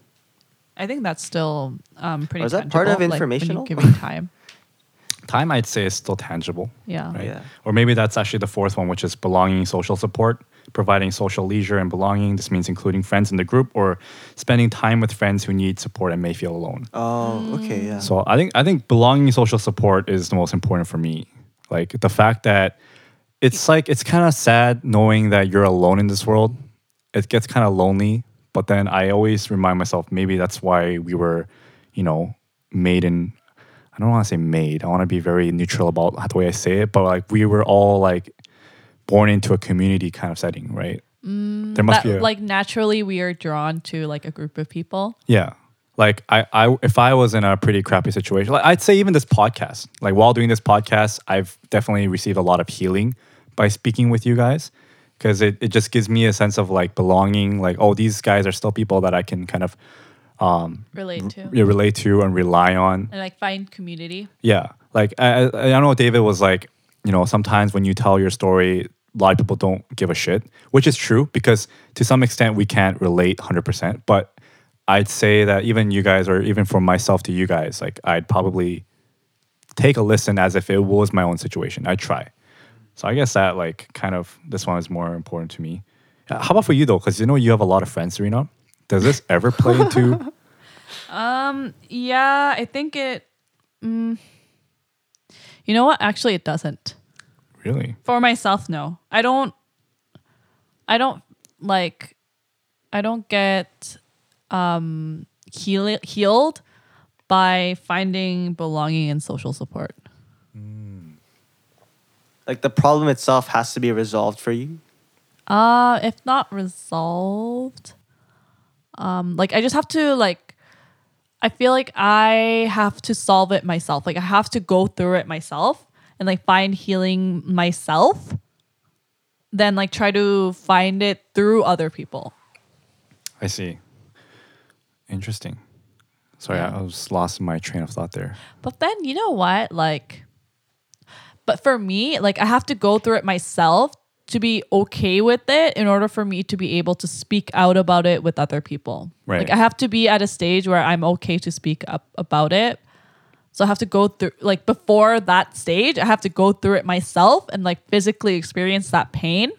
Speaker 2: I think that's still um, pretty.
Speaker 3: Or Oh, is that part
Speaker 2: tangible,
Speaker 3: of
Speaker 2: like, when you
Speaker 3: informational?
Speaker 2: give it time?
Speaker 1: Time I'd say is still tangible.
Speaker 2: Yeah.
Speaker 1: right?
Speaker 3: Yeah.
Speaker 1: Or maybe that's actually the fourth one, which is belonging, social support, providing social leisure and belonging. This means including friends in the group or spending time with friends who need support and may feel alone.
Speaker 3: oh okay yeah
Speaker 1: So I think I think belonging, social support is the most important for me. Like the fact that it's like it's kind of sad knowing that you're alone in this world. It gets kind of lonely, but then I always remind myself maybe that's why we were, you know, made in. I don't want to say made. I want to be very neutral about the way I say it, but like we were all like born into a community kind of setting, right? there must
Speaker 2: Mm, That,
Speaker 1: be a,
Speaker 2: like naturally, we are drawn to like a group of people.
Speaker 1: yeah. Like I, I, if I was in a pretty crappy situation, like I'd say even this podcast, like while doing this podcast, I've definitely received a lot of healing by speaking with you guys because it, it just gives me a sense of like belonging. Like, oh, these guys are still people that I can kind of
Speaker 2: Relate to
Speaker 3: Mm-hmm.
Speaker 1: yeah, relate to and rely on.
Speaker 2: and like find community.
Speaker 1: Yeah. like I, I I know David was like, you know, sometimes when you tell your story, a lot of people don't give a shit, which is true because to some extent we can't relate 100%. But I'd say that even you guys, or even from myself to you guys, like I'd probably take a listen as if it was my own situation. I'd try. So I guess that like kind of this one is more important to me. Uh, How about for you though? Because you know you have a lot of friends, Serena. Does this ever play into?
Speaker 2: Yeah, I think it. Mm, you know what? Actually, it doesn't.
Speaker 1: really?
Speaker 2: For myself, no. I don't. I don't like. I don't get um heal- healed by finding belonging and social support.
Speaker 3: Like the problem itself has to be resolved for you.
Speaker 2: Uh, if not resolved, um, like I just have to like, I feel like I have to solve it myself. Like I have to go through it myself and like find healing myself. Then like try to find it through other people.
Speaker 1: I see. Interesting. Sorry,
Speaker 2: Yeah.
Speaker 1: I was lost in my train of thought there.
Speaker 2: But then you know what? Like, but for me, like I have to go through it myself to be okay with it in order for me to be able to speak out about it with other people.
Speaker 1: Right.
Speaker 2: Like I have to be at a stage where I'm okay to speak up about it. So I have to go through like before that stage, I have to go through it myself and like physically experience that pain.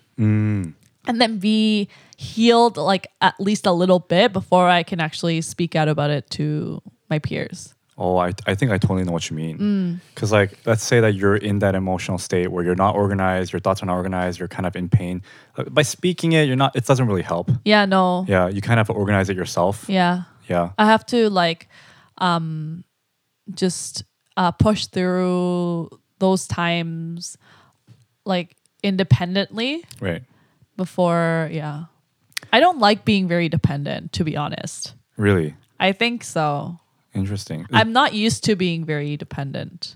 Speaker 2: And then be healed like at least a little bit before I can actually speak out about it to my peers.
Speaker 1: Oh, I, I think I totally know what you
Speaker 2: Mm.
Speaker 1: mean. Because, like, let's say that you're in that emotional state where you're not organized, your thoughts are not organized, you're kind of in pain. Uh, By speaking it, you're not. It doesn't really help.
Speaker 2: Yeah, no.
Speaker 1: Yeah, you kind of have to organize it yourself.
Speaker 2: Yeah.
Speaker 1: Yeah.
Speaker 2: I have to like um just uh push through those times like independently
Speaker 1: Right.
Speaker 2: before yeah. I don't like being very dependent to be honest.
Speaker 1: Really
Speaker 2: I think so.
Speaker 1: interesting.
Speaker 2: I'm not used to being very dependent.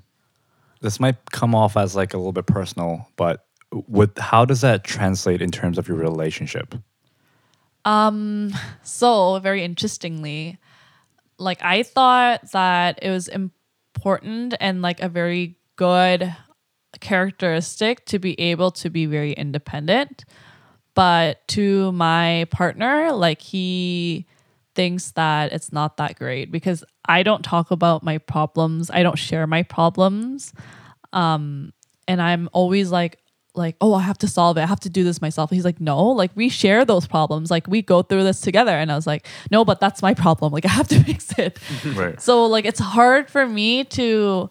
Speaker 1: this might come off as like a little bit personal, but with how does that translate in terms of your relationship?
Speaker 2: So, very interestingly, like I thought that it was important and like a very good characteristic to be able to be very independent. But to my partner, like he thinks that it's not that great because I don't talk about my problems, I don't share my problems. Um and I'm always like like oh I have to solve it. I have to do this myself. He's like no, like we share those problems. Like we go through this together and I was like no, but that's my problem. Like I have to fix it.
Speaker 1: Right.
Speaker 2: So like it's hard for me to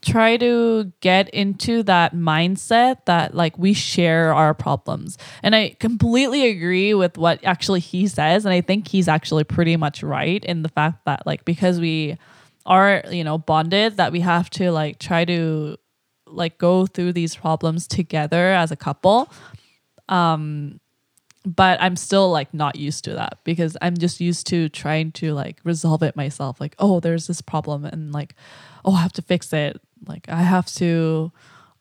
Speaker 2: try to get into that mindset that like we share our problems. And I completely agree with what actually he says and I think he's actually pretty much right in the fact that like because we are, you know, bonded that we have to like try to like go through these problems together as a couple. Um but I'm still like not used to that because I'm just used to trying to like resolve it myself. Like, oh, there's this problem and like, oh, I have to fix it. Like I have to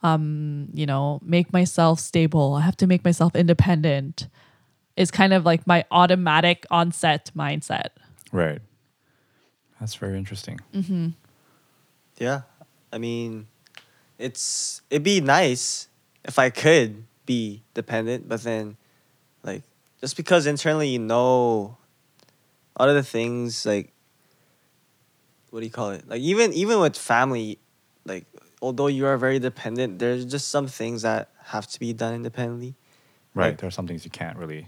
Speaker 2: um, you know, make myself stable. I have to make myself independent. Is kind of like my automatic onset mindset.
Speaker 1: Right. That's very interesting.
Speaker 3: Yeah. I mean, it's it'd be nice if I could be dependent, but then like just because internally you know other things like what do you call it? Like even even with family, like although you are very dependent, there's just some things that have to be done independently.
Speaker 1: Right.
Speaker 3: Like-
Speaker 1: There are some things you can't really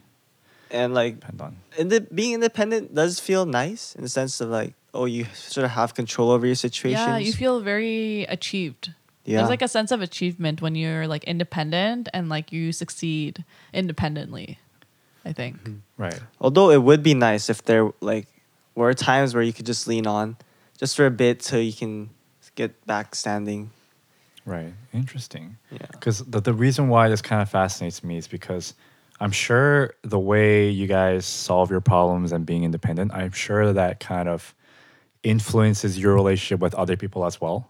Speaker 3: And like
Speaker 1: depend on.
Speaker 3: inde- being independent does feel nice in the sense of like, oh, you sort of have control over your situations.
Speaker 2: Yeah, you feel very achieved.
Speaker 3: Yeah.
Speaker 2: There's like a sense of achievement when you're like independent and like you succeed independently, I think.
Speaker 1: Right.
Speaker 3: Although it would be nice if there like were times where you could just lean on just for a bit till you can get back standing.
Speaker 1: Right. Interesting.
Speaker 3: Yeah.
Speaker 1: Because the, the reason why this kind of fascinates me is because I'm sure the way you guys solve your problems and being independent, I'm sure that kind of influences your relationship with other people as well.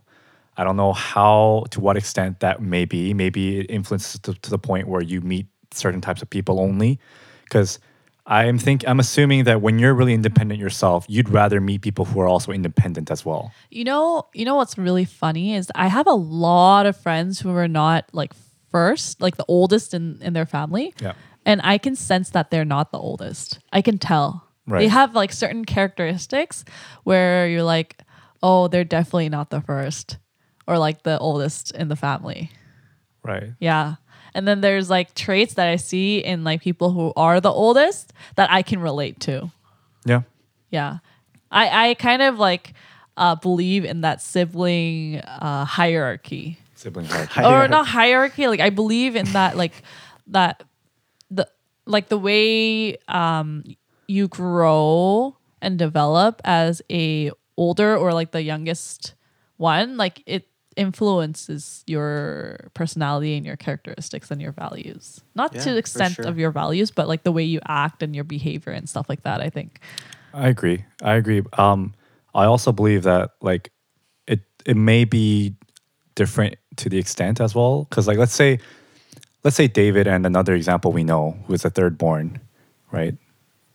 Speaker 1: I don't know how, to what extent that may be. Maybe it influences to, to the point where you meet certain types of people only. Because I'm think I'm assuming that when you're really independent yourself, you'd rather meet people who are also independent as well.
Speaker 2: You know, you know what's really funny is I have a lot of friends who are not like first, like the oldest in in their family.
Speaker 1: Yeah.
Speaker 2: And I can sense that they're not the oldest. I can tell. They
Speaker 1: Right.
Speaker 2: have like certain characteristics where you're like, "Oh, they're definitely not the first or like the oldest in the family."
Speaker 1: Right.
Speaker 2: Yeah. And then there's like traits that I see in like people who are the oldest that I can relate to.
Speaker 1: Yeah.
Speaker 2: Yeah. I, I kind of like uh, believe in that sibling uh, hierarchy.
Speaker 1: Sibling hierarchy.
Speaker 2: Or not hierarchy, like I believe in that like that the like the way um you grow and develop as a older or like the youngest one, like it influences your personality and your characteristics and your values. Not
Speaker 3: Yeah,
Speaker 2: to
Speaker 3: for
Speaker 2: the extent
Speaker 3: sure.
Speaker 2: of your values, but like the way you act and your behavior and stuff like that, I think.
Speaker 1: I agree. I agree. Um, I also believe that like it it may be different to the extent as well. Because like let's say let's say David and another example we know who is the third born, right?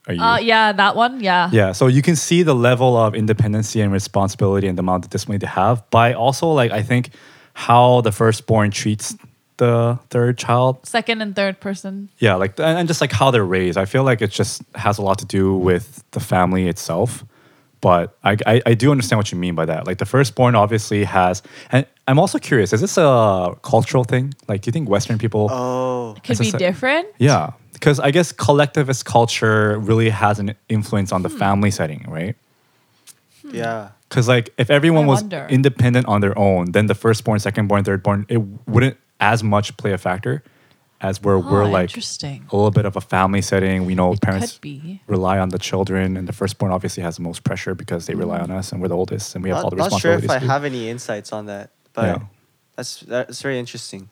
Speaker 1: Are you?
Speaker 2: Uh, yeah, that one. Yeah.
Speaker 1: yeah. So you can see the level of independency and responsibility and the amount of discipline they have by also like I think how the firstborn treats the third child
Speaker 2: Second and third person.
Speaker 1: yeah, like and and just like how they're raised. I feel like it just has a lot to do with the family itself. But I, I, I do understand what you mean by that. Like the firstborn obviously has, and I'm also curious: is this a cultural thing? Like, do you think Western people?
Speaker 2: Uh,
Speaker 3: Oh,
Speaker 2: Could
Speaker 1: It's a
Speaker 2: be
Speaker 1: se-
Speaker 2: different.
Speaker 1: yeah, because I guess collectivist culture really has an influence on the
Speaker 2: Hmm.
Speaker 1: family setting, right?
Speaker 3: yeah.
Speaker 1: Because like if everyone
Speaker 2: I
Speaker 1: was
Speaker 2: wonder.
Speaker 1: independent on their own, then the firstborn, secondborn, thirdborn, it wouldn't as much play a factor as where we're
Speaker 2: Oh,
Speaker 1: like
Speaker 2: interesting.
Speaker 1: a little bit of a family setting. We know
Speaker 2: It
Speaker 1: parents
Speaker 2: could be.
Speaker 1: rely on the children, and the firstborn obviously has the most pressure because they
Speaker 2: Mm-hmm.
Speaker 1: rely on us, and we're the oldest, and we have all
Speaker 3: Not,
Speaker 1: the
Speaker 3: not sure
Speaker 1: responsibilities.
Speaker 3: if I
Speaker 1: too.
Speaker 3: have any insights on that, but
Speaker 1: Yeah.
Speaker 3: that's that's very interesting.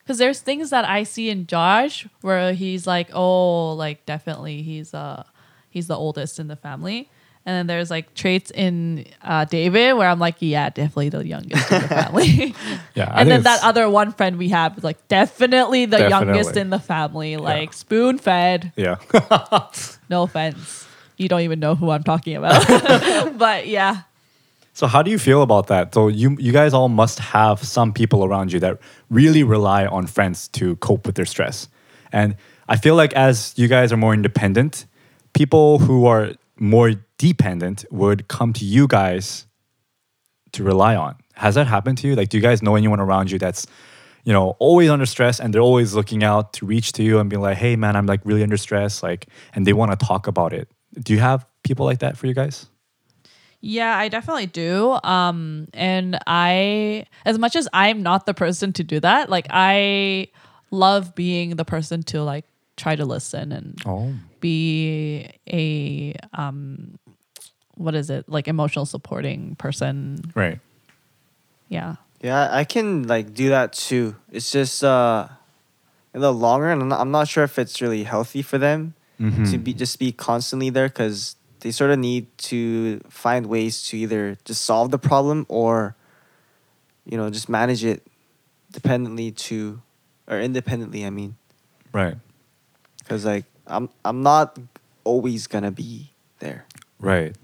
Speaker 2: Because there's things that I see in Josh where he's like, oh, like definitely he's uh he's the oldest in the family. And then there's like traits in uh, David where I'm like, yeah, definitely the youngest in the family.
Speaker 1: Yeah, I think
Speaker 2: and then that
Speaker 1: it's-
Speaker 2: other one friend we have is like definitely the youngest
Speaker 1: Definitely.
Speaker 2: in the family, like spoon fed.
Speaker 1: Yeah,
Speaker 2: No offense. You don't even know who I'm talking about. but yeah.
Speaker 1: so how do you feel about that? So you you guys all must have some people around you that really rely on friends to cope with their stress, and I feel like as you guys are more independent, people who are more dependent would come to you guys to rely on. Has that happened to you? Like, do you guys know anyone around you that's, you know, always under stress and they're always looking out to reach to you and be like, hey, man, I'm like really under stress, like, and they want to talk about it. Do you have people like that for you guys?
Speaker 2: Yeah, I definitely do. Um, and I, as much as I'm not the person to do that, like I love being the person to like try to listen and
Speaker 1: Oh,
Speaker 2: be a um, what is it like emotional supporting person?
Speaker 1: right.
Speaker 2: Yeah,
Speaker 3: Yeah, I can like do that too. It's just uh, in the long run, I'm not, I'm not sure if it's really healthy for them to be just be constantly there because they sort of need to find ways to either just solve the problem or, you know, just manage it dependently to, or independently. I mean,
Speaker 1: Right.
Speaker 3: because like I'm I'm not always gonna be there.
Speaker 1: Right.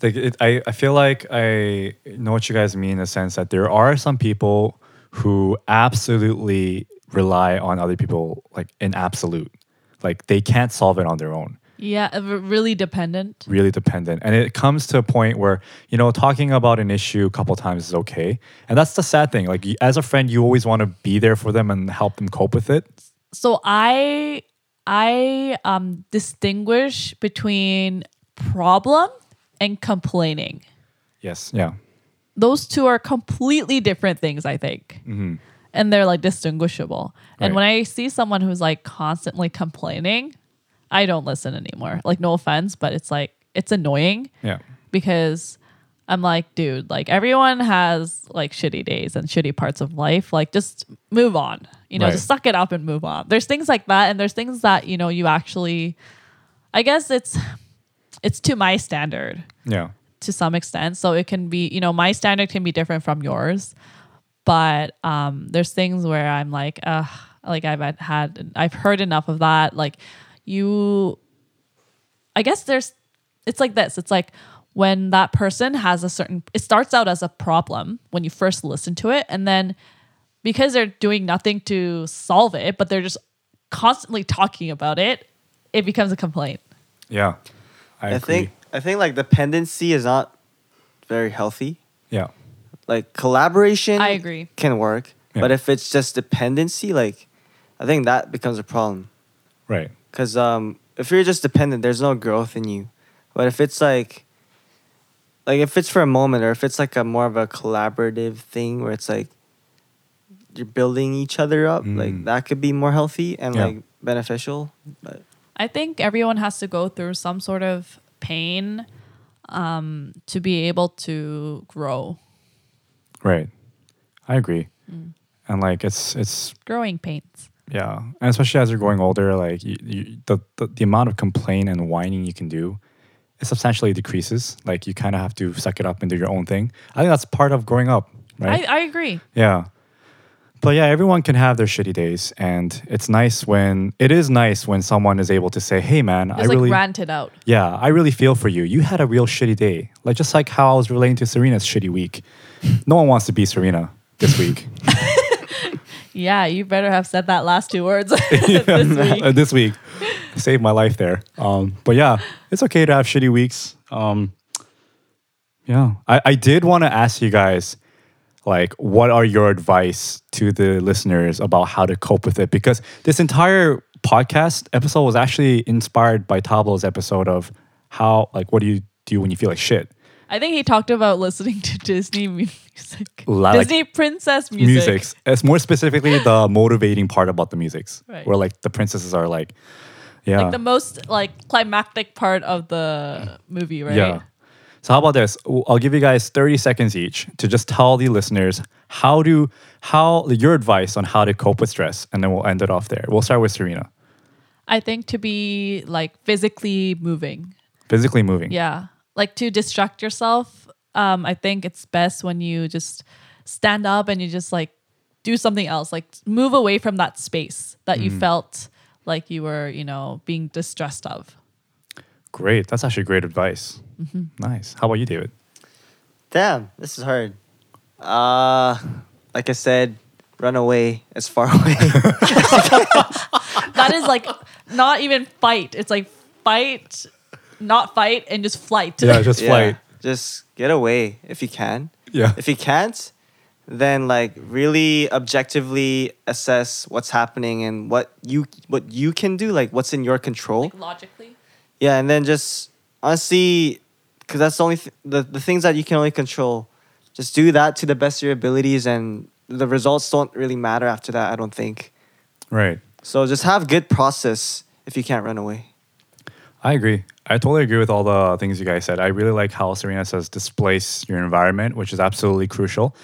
Speaker 1: Like it, I, I feel like I know what you guys mean in the sense that there are some people who absolutely rely on other people, like in absolute. Like they can't solve it on their own.
Speaker 2: yeah, uh, re- really dependent.
Speaker 1: really dependent and it comes to a point where you know talking about an issue a couple times is okay and that's the sad thing like you- as a friend you always want to be there for them and help them cope with it
Speaker 2: so i i um distinguish between problem and complaining
Speaker 1: yes yeah
Speaker 2: those two are completely different things i think and they're like distinguishable and
Speaker 1: Mm-hmm. Right.
Speaker 2: when i see someone who's like constantly complaining i don't listen anymore like no offense but it's like it's annoying
Speaker 1: yeah
Speaker 2: because I'm like, dude, like everyone has like shitty days and shitty parts of life. Like, just move on, you know,
Speaker 1: Right.
Speaker 2: just suck it up and move on. There's things like that, and there's things that you know you actually. I guess it's it's to my standard
Speaker 1: yeah
Speaker 2: to some extent, so it can be you know my standard can be different from yours, but um, there's things where I'm like, ugh, like I've had- had I've heard enough of that, like. you I guess there's it's like this. It's like when that person has a certain it starts out as a problem when you first listen to it and then because they're doing nothing to solve it, but they're just constantly talking about it, it becomes a complaint.
Speaker 1: Yeah. I,
Speaker 3: I,
Speaker 1: agree.
Speaker 3: think I think like dependency is not very healthy.
Speaker 1: Yeah.
Speaker 3: Like collaboration
Speaker 2: I agree.
Speaker 3: can work,
Speaker 1: Yeah.
Speaker 3: but if it's just dependency like I think that becomes a problem
Speaker 1: Right.
Speaker 3: cuz um if you're just dependent there's no growth in you. But if it's like like if it's for a moment or if it's like a more of a collaborative thing where it's like you're building each other up,
Speaker 1: Mm.
Speaker 3: like that could be more healthy and
Speaker 1: Yeah.
Speaker 3: like beneficial. But
Speaker 2: I think everyone has to go through some sort of pain um, to be able to grow.
Speaker 1: Right. I agree.
Speaker 2: Mm.
Speaker 1: And like it's it's
Speaker 2: Growing pains.
Speaker 1: yeah, and especially as you're going older, like you, you, the, the the amount of complaint and whining you can do, it substantially decreases. Like you kind of have to suck it up and do your own thing. I think that's part of growing up, right?
Speaker 2: I, I agree.
Speaker 1: Yeah. But yeah, everyone can have their shitty days, and it's nice when it is nice when someone is able to say, "Hey, man, I
Speaker 2: It's like
Speaker 1: really,
Speaker 2: ranted out.
Speaker 1: yeah, I really feel for you. You had a real shitty day, like just like how I was relating to Serena's shitty week. no one wants to be Serena this week,
Speaker 2: Yeah, you better have said that last two words this week.
Speaker 1: Uh, this week, saved my life there. Um, but yeah, it's okay to have shitty weeks. Um, yeah, I, I did want to ask you guys, like, what are your advice to the listeners about how to cope with it? Because this entire podcast episode was actually inspired by Tablo's episode of how, like, what do you do when you feel like shit?
Speaker 2: I think he talked about listening to Disney music.
Speaker 1: La- like-
Speaker 2: Disney princess music.
Speaker 1: Musics. It's more specifically the motivating part about the musics,
Speaker 2: Right.
Speaker 1: where like the princesses are like, yeah,
Speaker 2: Like the most like climactic part of the movie, right?
Speaker 1: Yeah. So how about this? W- I'll give you guys 30 seconds each to just tell the listeners how to how your advice on how to cope with stress and then we'll end it off there. We'll start with Serena.
Speaker 2: I think to be like physically moving.
Speaker 1: Physically moving.
Speaker 2: Yeah. Like to distract yourself, um, I think it's best when you just stand up and you just like do something else, like move away from that space that
Speaker 1: Mm.
Speaker 2: you felt like you were, you know, being distressed of.
Speaker 1: Great. That's actually great advice.
Speaker 2: Mm-hmm.
Speaker 1: Nice. How about you, David?
Speaker 3: Damn, this is hard. Uh, like I said, run away as far away.
Speaker 2: That is like not even fight. It's like fight, not fight, and just flight.
Speaker 1: Yeah, just
Speaker 3: Yeah,
Speaker 1: flight.
Speaker 3: Just get away if you can.
Speaker 1: Yeah.
Speaker 3: If you can't, then like really objectively assess what's happening and what you what you can do, like what's in your control.
Speaker 2: Like logically.
Speaker 3: Yeah, and then just honestly, because that's the only th- the the things that you can only control. Just do that to the best of your abilities, and the results don't really matter after that. I don't think.
Speaker 1: Right.
Speaker 3: So just have good process if you can't run away.
Speaker 1: I agree. I totally agree with all the things you guys said. I really like how Serena says displace your environment, which is absolutely crucial.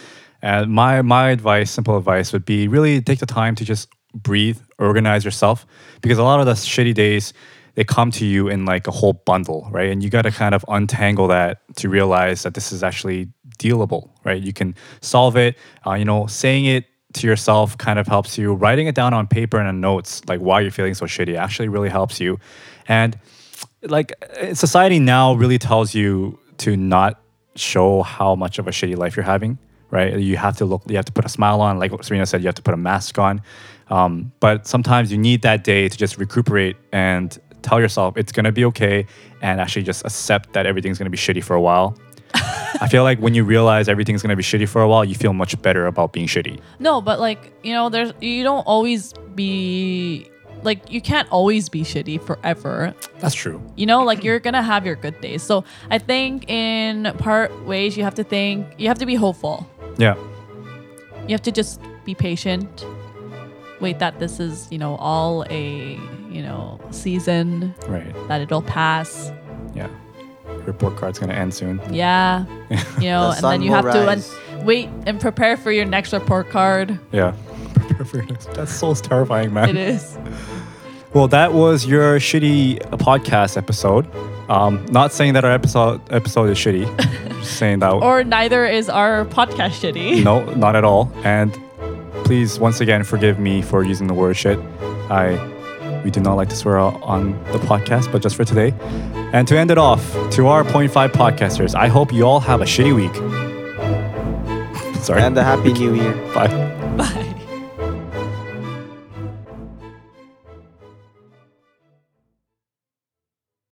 Speaker 1: And my my advice, simple advice, would be really take the time to just breathe, organize yourself, because a lot of the shitty days they come to you in like a whole bundle, right? And you got to kind of untangle that to realize that this is actually dealable, right? You can solve it. Uh, you know, saying it to yourself kind of helps you. Writing it down on paper and on notes, like why you're feeling so shitty, actually really helps you. And like uh, society now really tells you to not show how much of a shitty life you're having right you have to look you have to put a smile on like what serena said you have to put a mask on um, but sometimes you need that day to just recuperate and tell yourself it's going to be okay and actually just accept that everything's going to be shitty for a while i feel like when you realize everything's going to be shitty for a while you feel much better about being shitty
Speaker 2: No, but like, you know, there's you don't always be like you can't always be shitty forever.
Speaker 1: that's true
Speaker 2: You know, like you're gonna have your good days. So I think in part ways you have to think you have to be hopeful.
Speaker 1: yeah
Speaker 2: You have to just be patient. Wait that this is, you know, all a, you know, season
Speaker 1: right
Speaker 2: that it'll pass.
Speaker 1: yeah report card's going to end soon
Speaker 2: Yeah. You know, and
Speaker 3: sun
Speaker 2: then you
Speaker 3: will
Speaker 2: have to
Speaker 3: rise.
Speaker 2: un- wait and prepare for your next report card.
Speaker 1: yeah that's so terrifying man
Speaker 2: It is.
Speaker 1: Well, that was your shitty podcast episode. Um, not saying that our episode episode is shitty. just saying that
Speaker 2: Or neither is our podcast shitty.
Speaker 1: no, not at all. And please, once again, forgive me for using the word shit. I We do not like to swear out on the podcast, but just for today. And to end it off, to our point five podcasters, I hope you all have a shitty week. Sorry.
Speaker 3: uh, And a happy new year.
Speaker 1: Bye.
Speaker 2: Bye.